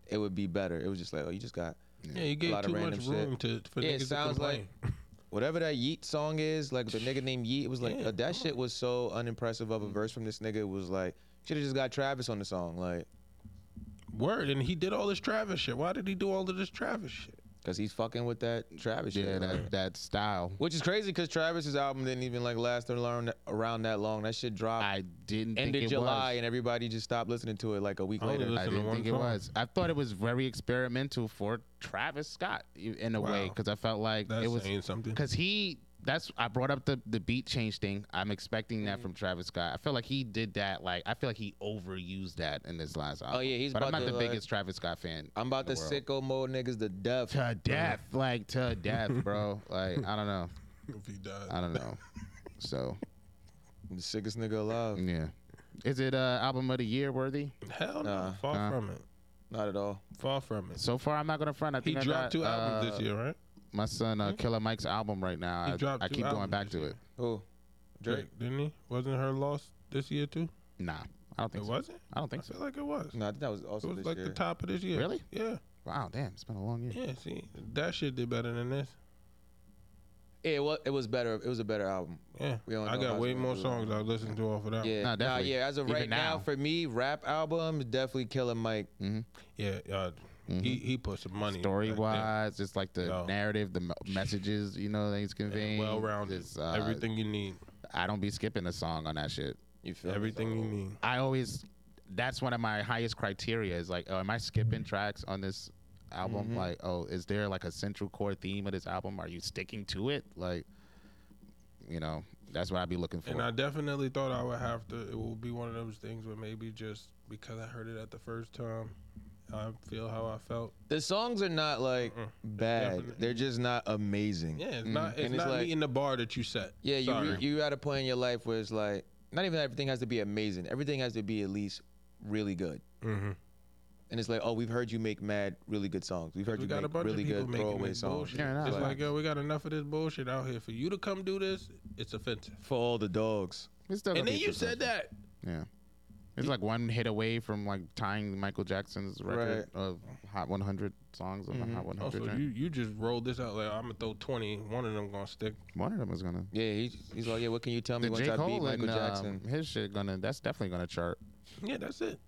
S3: it would be better. It was just like oh, you just got
S2: Yeah, you gave
S3: lot of
S2: too much
S3: random shit.
S2: room to for
S3: Yeah, it
S2: niggas
S3: sounds
S2: to complain.
S3: whatever that Yeet song is, like the nigga named Yeet, it was like
S2: Yeah,
S3: uh, that shit was so unimpressive of a
S1: Mm-hmm.
S3: verse from this nigga. It was like should have just got Travis on the song, like
S2: Word, and he did all this Travis shit. Why did he do all of this Travis shit?
S3: because he's fucking with that Travis
S1: Yeah,
S3: shit. like-
S1: that, that style.
S3: Which is crazy because Travis's album didn't even like last around around that long. That shit dropped
S1: I didn't think
S3: ended
S1: it
S3: July,
S1: was.
S3: and everybody just stopped listening to it like a week
S2: I only
S3: later.
S1: I
S2: listened to
S1: didn't
S2: one
S1: think it
S2: song.
S1: was. I thought it was very experimental for Travis Scott i- in a way
S2: Wow.
S1: because I felt like
S2: That's
S1: it was
S2: saying something.
S1: because he. That's I brought up the the beat change thing. I'm expecting
S2: Mm.
S1: that from Travis Scott. I feel like he did that. Like I feel like he overused that in this last album.
S3: Oh, yeah, he's
S1: but I'm
S3: about
S1: not
S3: to, uh,
S1: the
S3: like-
S1: biggest Travis Scott fan.
S3: I'm about to
S1: in the world.
S3: sicko mode niggas to death.
S1: to death, like to death, bro. like I don't know,
S2: If he died,
S3: Uh,
S1: I don't know. So
S3: I'm the sickest nigga alive.
S1: yeah, is it uh album of the year worthy?
S2: hell no,
S3: Nah.
S2: far from it,
S3: Not at all.
S2: far from it.
S1: So far, I'm not gonna front. I
S2: He
S1: think I got,
S2: dropped two albums
S1: uh,
S2: this year, right?
S1: My son, uh, Killer Mike's album right now.
S2: He
S1: I,
S2: dropped
S1: I
S2: two
S1: keep going
S2: albums
S1: back
S2: this
S1: to
S2: year.
S1: it.
S3: Who? Drake.
S2: Drake, didn't he? Wasn't her loss this year too?
S1: Nah, I don't think
S2: It
S1: so.
S2: wasn't?
S1: I don't think
S2: I
S1: so.
S2: feel like it was.
S3: No, I think that was also
S2: It was
S3: this
S2: like
S3: year.
S2: the top of this year.
S1: Really?
S2: Yeah.
S1: Wow, damn, it's been a long year.
S2: Yeah, see, that shit did better than this.
S3: Yeah, it was, it was better. It was a better album.
S2: Yeah.
S3: We don't
S2: I
S3: know
S2: got
S3: how's
S2: way
S3: it gonna
S2: more
S3: do.
S2: songs I listened to off of that.
S3: Yeah,
S1: Nah,
S3: nah,
S1: definitely.
S3: yeah. As of
S1: Even
S3: right now.
S1: now.
S3: for me, rap album definitely Killer Mike.
S2: Yeah, uh, he
S3: Mm-hmm.
S2: he put some money.
S1: Story
S2: back there.
S1: wise, just like the
S2: Yo.
S1: narrative, the me- messages, you know, that he's conveying.
S2: well-rounded.
S1: Just, uh,
S2: everything you need.
S1: I don't be skipping a song on that shit.
S3: You feel me?
S2: Everything you need.
S1: I always that's one of my highest criteria is like, oh, am I skipping tracks on this album?
S3: Mm-hmm.
S1: Like, oh, is there like a central core theme of this album? Are you sticking to it? Like, you know, that's what I'd be looking for.
S2: And I definitely thought I would have to. It will be one of those things where maybe just because I heard it at the first time, I feel how I felt.
S3: The songs are not like bad.
S2: Definitely.
S3: They're just not amazing.
S2: Yeah, it's not. It's,
S3: Mm-hmm. And it's
S2: not
S3: like-
S2: meeting the bar that you set.
S3: Yeah, you
S2: Sorry.
S3: re- you at a point in your life where it's like not even everything has to be amazing. Everything has to be at least really good.
S2: Mhm.
S3: And it's like, oh, we've heard you make mad really good songs. We've heard
S2: we
S3: you
S2: got a
S3: make
S2: bunch
S3: really
S2: of people
S3: good
S2: making
S3: throwaway
S2: this
S3: songs.
S2: bullshit.
S1: Yeah, nah,
S2: it's
S1: like-
S2: like, yo, we got enough of this bullshit out here. For you to come do this, it's offensive.
S3: For all the dogs.
S1: It's still
S2: And
S1: gonna
S2: then
S1: be
S2: you
S1: a
S2: said
S1: success.
S2: that.
S1: Yeah. It's like one hit away from like tying Michael Jackson's record of Hot 100 songs on
S3: Mm-hmm.
S1: the Hot
S2: Oh,
S1: 100.
S2: so
S1: joint.
S2: you, you just rolled this out like I'm gonna throw twenty. One of them gonna stick.
S1: one of them is gonna.
S3: Yeah, he's, he's like, yeah, what can you tell me
S1: The
S3: once
S1: J
S3: I beat
S1: Cole
S3: Michael
S1: and
S3: Jackson?
S1: um, his shit gonna. That's definitely gonna chart
S2: Yeah, that's it.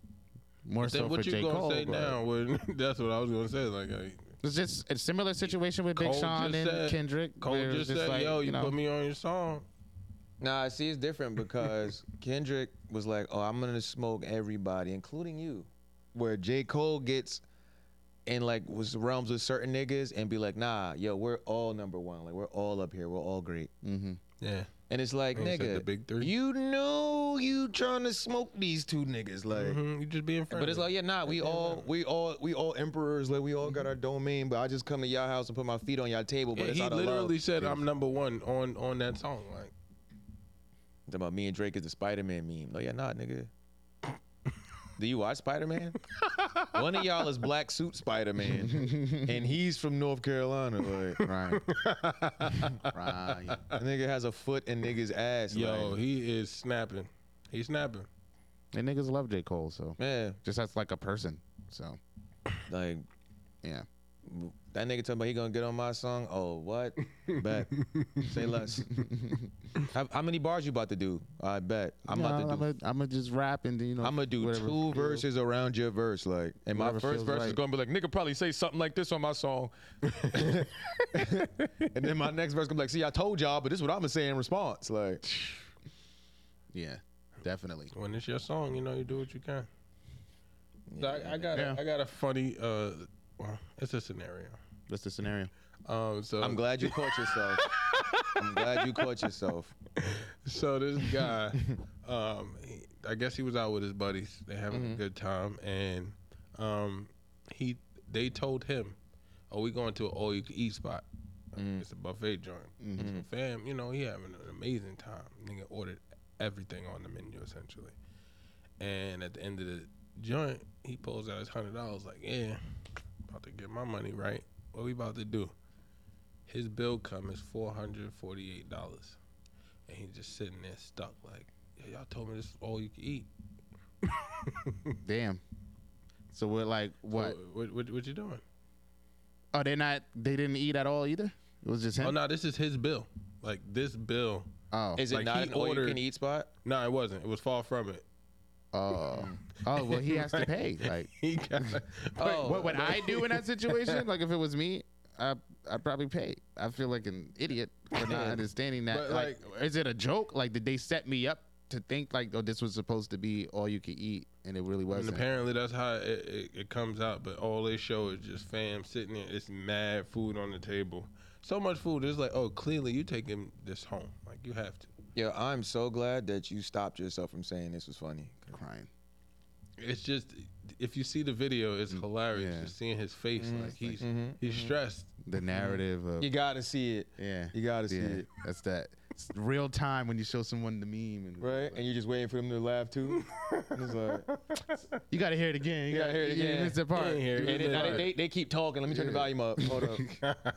S1: more
S2: Then
S1: so for
S2: what you
S1: J
S2: gonna
S1: Cole.
S2: say
S1: but-
S2: now? When, that's what I was gonna say. Like, I,
S1: It's just a similar situation with Big
S2: Cole
S1: Sean
S2: just
S1: and
S2: said-
S1: Kendrick.
S2: Cole
S1: where it was
S2: just said,
S1: like,
S2: "Yo, you,
S1: know,
S2: put me on your song."
S3: Nah, see, it's different because Kendrick was like, "Oh, I'm gonna smoke everybody, including you," where J. Cole gets in like was realms with certain niggas and be like, "Nah, yo, we're all number one. Like, we're all up here. We're all great."
S1: Mm-hmm.
S2: Yeah.
S3: And it's like,
S2: he said
S3: nigga,
S2: the big three.
S3: you know you trying to smoke these two niggas, like.
S2: hmm You just being friendly.
S3: But it's like, yeah, nah, we all, we all, we all emperors, like we all got our domain. But I just come to y'all house and put my feet on y'all table. But
S2: Yeah, Mm-hmm.
S3: it's
S2: he
S3: out of love.
S2: literally said, "I'm number one on on that song." Like,
S3: Talking about me and Drake is the Spider Man meme. Like, yeah, nah, nigga. Do you watch Spider Man? One of y'all is black suit Spider Man, and he's from North Carolina. Like,
S1: Right. right.
S3: that nigga has a foot in niggas ass.
S2: yo,
S3: like,
S2: he is snapping. He's snapping.
S1: And niggas love J Cole, so
S3: man,
S1: just that's like a person. So
S3: like
S1: yeah.
S3: that nigga talking about he gonna get on my song. Oh, what? Bet. Say less. how, how many bars you about to do? I bet I'm about to do.
S1: I'm gonna just rap and you know.
S3: I'm gonna do
S1: whatever.
S3: two verses around your verse, like, and my
S1: Whatever
S3: first
S1: feels
S3: verse is
S1: right.
S3: gonna be like, "Nigga probably say something like this on my song," and then my next verse gonna be like, "See, I told y'all, but this is what I'm gonna say in response." Like,
S1: Yeah, definitely.
S2: When it's your song, you know you do what you can. So I, I got
S1: Yeah.
S2: a, I got a funny. Uh, well, it's a scenario.
S1: What's the scenario?
S2: Um, so
S3: I'm glad you caught yourself. I'm glad you caught yourself.
S2: so this guy, um, he, I guess he was out with his buddies. They having a good time, and um, he they told him, "Oh, we going to an all you can eat spot. It's a buffet joint. So fam, you know he having an amazing time. Nigga ordered everything on the menu essentially, and at the end of the joint, he pulls out his hundred dollars. Like, yeah, about to get my money right. What we about to do? His bill come is four hundred forty eight dollars and he just sitting there stuck like "Yeah, y'all told me this is all you can eat
S1: Damn. So we're like, what?
S2: what what, what, you doing
S1: oh, they're not. They didn't eat at all either. It was just
S2: oh
S1: him.
S2: no this is his bill like this bill
S1: Oh,
S3: Is it
S2: Like,
S3: not
S2: he
S3: an order you
S2: ordered-
S3: can eat spot?
S2: no it wasn't it was far from it
S1: oh, oh. Well, he has to pay. Like,
S2: he got
S3: Oh,
S1: what would I do in that situation? Like, if it was me, I I probably pay. I feel like an idiot for not understanding that.
S2: But,
S1: Like, is it a joke? Like, did they set me up to think like, oh, this was supposed to be all you could eat, and it really
S2: and
S1: wasn't?
S2: apparently that's how it, it, it comes out but all they show is just fam sitting there it's mad food on the table so much food it's like oh clearly you taking this home like you have to
S3: Yo, I'm so glad that you stopped yourself from saying this was funny.
S1: Crying.
S2: it's just if you see the video it's hilarious
S1: Mm, yeah. Mm-hmm.
S2: just seeing his face like he's he's stressed
S1: The narrative of
S3: Mm-hmm. You gotta see it.
S1: yeah,
S3: You gotta see
S1: yeah,
S3: it.
S1: that's that. It's real time when you show someone the meme and
S3: Right, and you're just waiting for them to laugh too. It's like,
S1: you gotta hear it again. You,
S3: gotta hear it
S1: yeah,
S3: again.
S1: It's the part.
S2: ain't hear it.
S1: You
S3: and
S1: missed
S3: then,
S1: the
S3: now
S1: part.
S3: they, they, they keep talking. Let me turn the volume up. Hold up.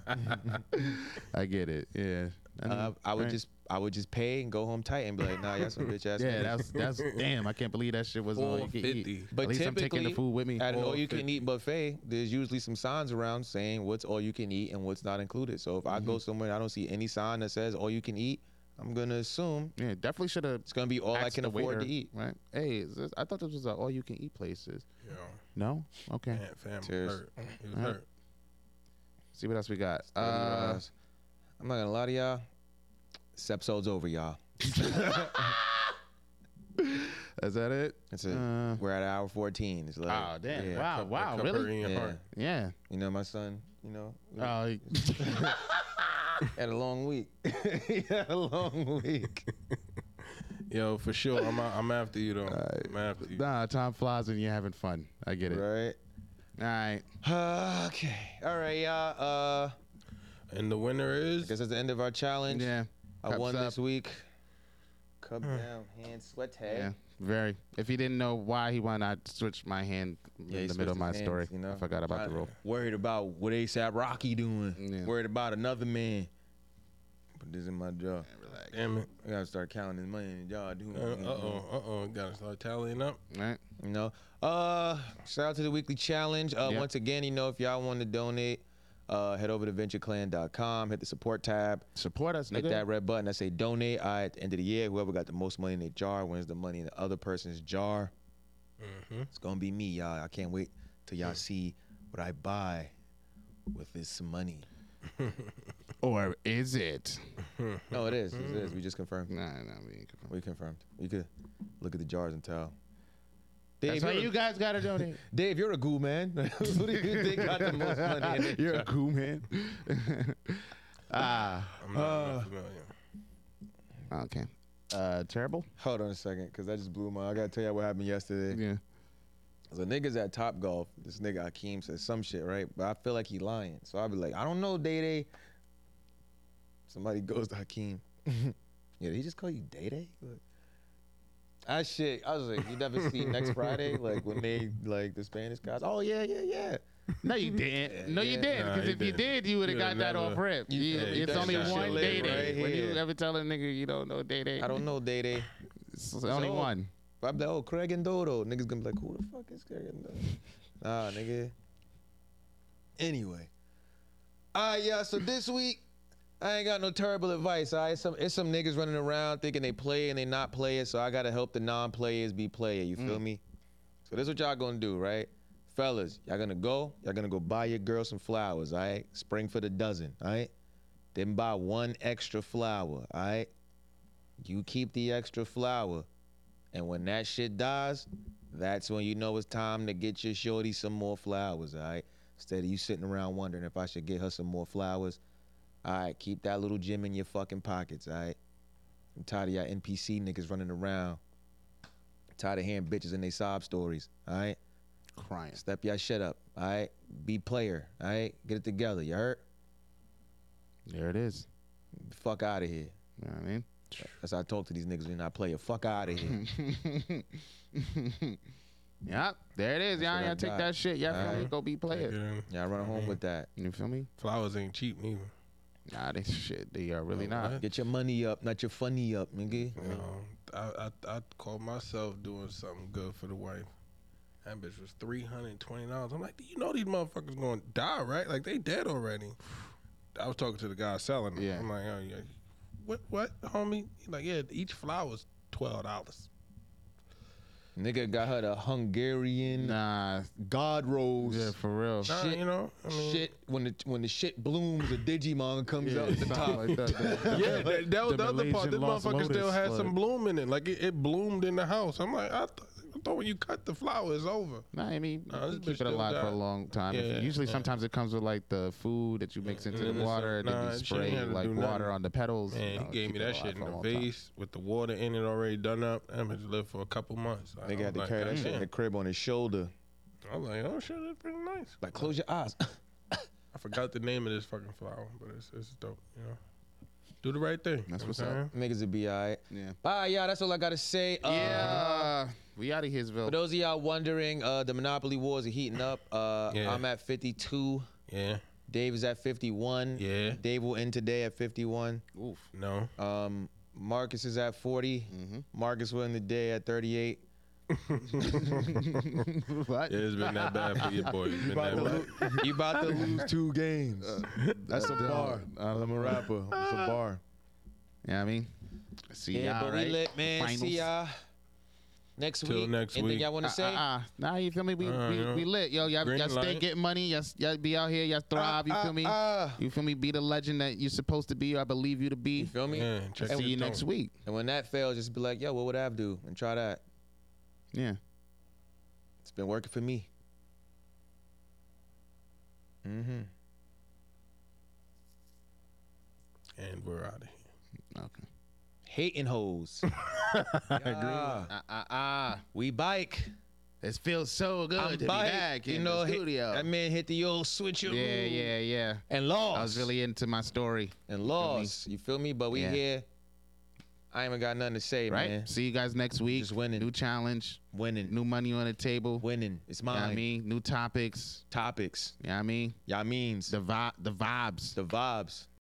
S1: I get it. Yeah,
S3: Uh, I would
S1: right.
S3: just I would just pay and go home tight and be like, nah, y'all some bitch ass.
S1: Yeah,
S3: niggas.
S1: that's that's damn. I can't believe that shit was all you could eat. But
S2: 450.
S3: But
S1: at least I'm taking the
S3: typically,
S1: food with me.
S3: At an
S2: Or
S3: all you
S2: if it-
S3: can eat buffet, there's usually some signs around saying what's all you can eat and what's not included. So if I
S1: Mm-hmm.
S3: go somewhere and I don't see any sign that says all you can eat, I'm gonna assume
S1: yeah, definitely should have.
S3: it's gonna be all I can afford to eat.
S1: Right? Hey, is this, I thought this was a all you can eat places.
S2: Yo,
S1: No. Okay.
S2: man, fam,
S3: Cheers.
S2: hurt. He was
S1: All right.
S2: hurt.
S1: See what else we got.
S3: Uh,
S1: Uh,
S3: I'm not gonna lie to y'all. This episode's over, y'all.
S1: is that it?
S3: That's it.
S1: Uh,
S3: We're at hour 14. It's like,
S1: oh damn!
S3: yeah,
S1: wow!
S2: Cup-
S1: Wow!
S2: cup
S1: Really?
S2: hurt in your
S3: Yeah.
S2: heart.
S1: Yeah.
S3: You know, my son. You know, we
S1: Uh,
S3: had a long week. he had a long week.
S2: Yo, for sure. I'm I'm after you though.
S3: right.
S2: I'm after you.
S1: nah, time flies when you're having fun. I get it.
S3: right.
S1: All right.
S3: Okay. All right, y'all. Uh,
S2: And the winner
S3: I
S2: is
S3: guess that's the end of our challenge.
S1: Yeah.
S3: I
S1: Cups
S3: won
S1: up.
S3: this week. Cup down, hand sweat tag.
S1: Yeah. Very. If you didn't know why he won, I switched my hand
S3: Yeah,
S1: in
S3: he
S1: the middle of
S3: switched his
S1: my
S3: hands,
S1: story.
S3: you know?
S1: I forgot about the
S3: Tryna-
S1: rule.
S3: Worried about what ASAP Rocky doing.
S1: Yeah.
S3: Worried about another man. But this is my job.
S2: damn it.
S3: I gotta start counting this money in the jar. Doing
S2: Uh oh, uh oh. Gotta start tallying up.
S1: All right.
S3: You know. Uh, shout out to the weekly challenge. Uh,
S1: Yeah.
S3: once again, you know, if y'all want to donate, uh, head over to ventureclan.com, hit the support tab.
S1: Support us.
S3: Hit
S1: nigga.
S3: that red button. I say donate. I at the end of the year, whoever got the most money in their jar wins the money in the other person's jar. It's gonna be me, y'all. I can't wait till y'all see what I buy with this money.
S1: Or is it?
S3: No, it is. It is. We just confirmed.
S1: Nah, nah, we ain't confirmed.
S3: We confirmed. You could look at the jars and tell. Dave,
S1: That's why
S3: you're,
S1: you guys gotta donate.
S3: a, Dave, you're a goo man. Who do you think got the most money? In their
S1: You're
S3: jar?
S1: a cool man. ah,
S2: I'm not not familiar.
S1: okay. Uh, terrible.
S3: Hold on a second, because I just blew my. I gotta tell y'all what happened yesterday.
S1: Yeah.
S3: So niggas at Top Golf, this nigga Akeem said some shit, right? But I feel like he lying. So I be like, I don't know, Day Day. Somebody goes to Hakeem. yeah, did he just call you Day Day? Like, that shit, I was like, you never see next Friday, like when they like the Spanish guys. Oh yeah, yeah, yeah.
S1: No, you didn't. No, you
S3: Yeah.
S1: didn't.
S2: Nah,
S1: Because
S2: he
S1: if you
S2: didn't.
S1: did, you would have
S2: You
S1: got
S2: would've
S1: that off
S2: never-
S1: rip.
S3: You-
S1: You-
S3: yeah, you
S1: it's
S3: done
S1: only
S3: got your
S1: one
S3: leg
S1: day day.
S3: right
S1: When you
S3: here.
S1: ever tell a nigga you don't know day day,
S3: I don't know Day Day.
S1: It's only
S3: So-
S1: one.
S3: But I'm like, oh, Craig and Dodo. Niggas gonna be like, who the fuck is Craig and Dodo? Nah, nigga. Anyway. All right, yeah, so this week, I ain't got no terrible advice. All right, some, it's some niggas running around thinking they play and they not players, so I gotta help the non players be player. You feel me? So this what y'all gonna do, right? Fellas, y'all gonna go, y'all gonna go buy your girl some flowers, all right? Spring for the dozen, all right? Then buy one extra flower, all right? You keep the extra flower. And when that shit dies, that's when you know it's time to get your shorty some more flowers, all right? Instead of you sitting around wondering if I should get her some more flowers, all right, keep that little gem in your fucking pockets, all right? I'm tired of y'all NPC niggas running around. tired of hearing bitches and they sob stories, all right?
S1: Crying.
S3: Step y'all shit up, all right? Be player, all right? Get it together, you heard?
S1: There it is.
S3: Fuck out of here.
S1: You know what I mean?
S3: That's how I talk to these niggas when I play. Fuck out of here.
S1: Yep. There it is. Y'all,
S3: what
S1: y'all
S3: I
S1: take
S3: got.
S1: that shit. Y'all feel
S3: Alright.
S1: me? Go be players.
S2: Yeah.
S3: Y'all run home with that.
S1: You feel me?
S2: Flowers ain't cheap neither.
S1: Nah, this shit. They are really
S2: Oh,
S1: not.
S2: what?
S3: Get your money up, not your funny up, nigga.
S2: You know, I, I I caught myself doing something good for the wife. That bitch was three hundred twenty dollars. I'm like, you know these motherfuckers gonna die, right? Like they dead already. I was talking to the guy selling them.
S1: Yeah.
S2: I'm like, oh yeah, what what homie? He like, yeah, each flower's twelve dollars.
S3: Nigga got her the Hungarian
S1: Nah.
S3: God rose.
S1: Yeah, for real.
S2: Nah,
S3: Shit.
S2: you know, I mean,
S3: Shit, when the when the shit blooms, a Digimon comes out the
S1: something
S3: top.
S1: like that. The- the-
S2: Yeah, that, that was
S1: the
S2: the other
S1: Malaysian
S2: part. This
S1: Lost
S2: motherfucker still
S1: Lotus,
S2: had
S1: like-
S2: some bloom in it. Like it, it bloomed in the house. I'm like, I, th- I thought when you cut the flower, it's over.
S1: Nah, I mean,
S2: Nah,
S1: you
S2: this
S1: can
S2: bitch
S1: keep it
S2: still
S1: alive for a
S2: got-
S1: long time. If-
S2: Yeah,
S1: usually,
S2: yeah.
S1: sometimes it comes with like the food that you mix into
S2: And
S1: the
S2: it's
S1: water,
S2: a-
S1: and then
S2: nah,
S1: you
S2: she ain't
S1: spray
S2: had to
S1: like
S2: do
S1: water
S2: nothing.
S1: on the petals.
S2: Man,
S1: No,
S2: he gave
S1: keep
S2: me
S1: it
S2: that
S1: alive
S2: shit in
S1: for a
S2: a
S1: long time.
S2: vase with the water in it already done up. That bitch lived for a couple months. I
S3: Nigga had
S2: was
S3: to
S2: like,
S3: carry that shit in
S2: "Goddamn."
S3: the crib on his shoulder.
S2: I was like, oh shit, that's pretty nice.
S3: Like, close your eyes.
S2: I forgot the name of this fucking flower, but it's it's dope. You know, do the right thing.
S1: That's
S2: You know
S1: what's
S2: what I'm
S1: up.
S2: saying?
S3: Niggas would be alright.
S1: Yeah.
S3: Bye, y'all. That's all I gotta say. Uh,
S1: yeah,
S2: Ah.
S1: we out of
S3: For
S1: Hillsville.
S3: those of y'all wondering, uh, the Monopoly wars are heating up. Uh,
S2: Yeah.
S3: I'm at 52.
S2: Yeah.
S3: Dave is at 51.
S2: Yeah.
S3: Dave will end today at 51.
S1: Oof.
S2: No.
S3: Um, Marcus is at 40.
S1: Mhm.
S3: Marcus will end the day at 38.
S1: what?
S2: It has been that bad for your boy. It's been
S3: About
S2: that bad.
S3: to lo- you about to lose two games. That's a bar. I'm a rapper. It's a bar.
S1: You know what I mean? See
S3: Yeah,
S1: y'all,
S3: but
S1: right?
S3: we lit, man. See
S1: Finals.
S3: y'all next
S2: Till
S3: week.
S2: next
S3: Anything
S2: week.
S3: y'all want
S1: Uh,
S3: to say?
S1: uh, uh. Nah, you feel me? We,
S2: Uh,
S1: we,
S2: yeah.
S1: we lit, yo. Y'all,
S2: Green
S1: y'all stay
S2: light. Ah,
S1: getting money. Y'all, y'all be out here. Y'all thrive. ah, You
S3: Uh,
S1: feel me?
S3: uh.
S1: You feel me? Be the legend that you're supposed to be. Or I believe you to
S3: You
S1: be.
S3: feel me?
S2: Yeah, check
S1: See
S2: your
S1: you
S2: tone.
S1: next week.
S3: And when that fails, just be like, yo, what would Av do? And try that.
S1: Yeah.
S3: It's been working for me. Mm-hmm.
S2: And we're out of here.
S1: Okay.
S3: Hating hoes. Yeah.
S1: Ah ah ah.
S3: We bike.
S1: It feels so good
S3: I'm
S1: to be
S3: bike.
S1: back
S3: you
S1: in
S3: know,
S1: the
S3: hit-
S1: studio.
S3: that man hit the old switcheroo.
S1: yeah, yeah, yeah.
S3: And laws.
S1: I was really into my story.
S3: and laws. You feel me? But we
S1: Yeah.
S3: here. I ain't even got nothing to say,
S1: Right.
S3: man.
S1: See you guys next week.
S3: Just winning.
S1: New challenge.
S3: Winning.
S1: New money on the table.
S3: Winning. It's
S1: You know
S3: mine.
S1: what I mean? New topics.
S3: Topics.
S1: You know what I mean?
S3: Y'all means.
S1: The vi- the vibes.
S3: the vibes.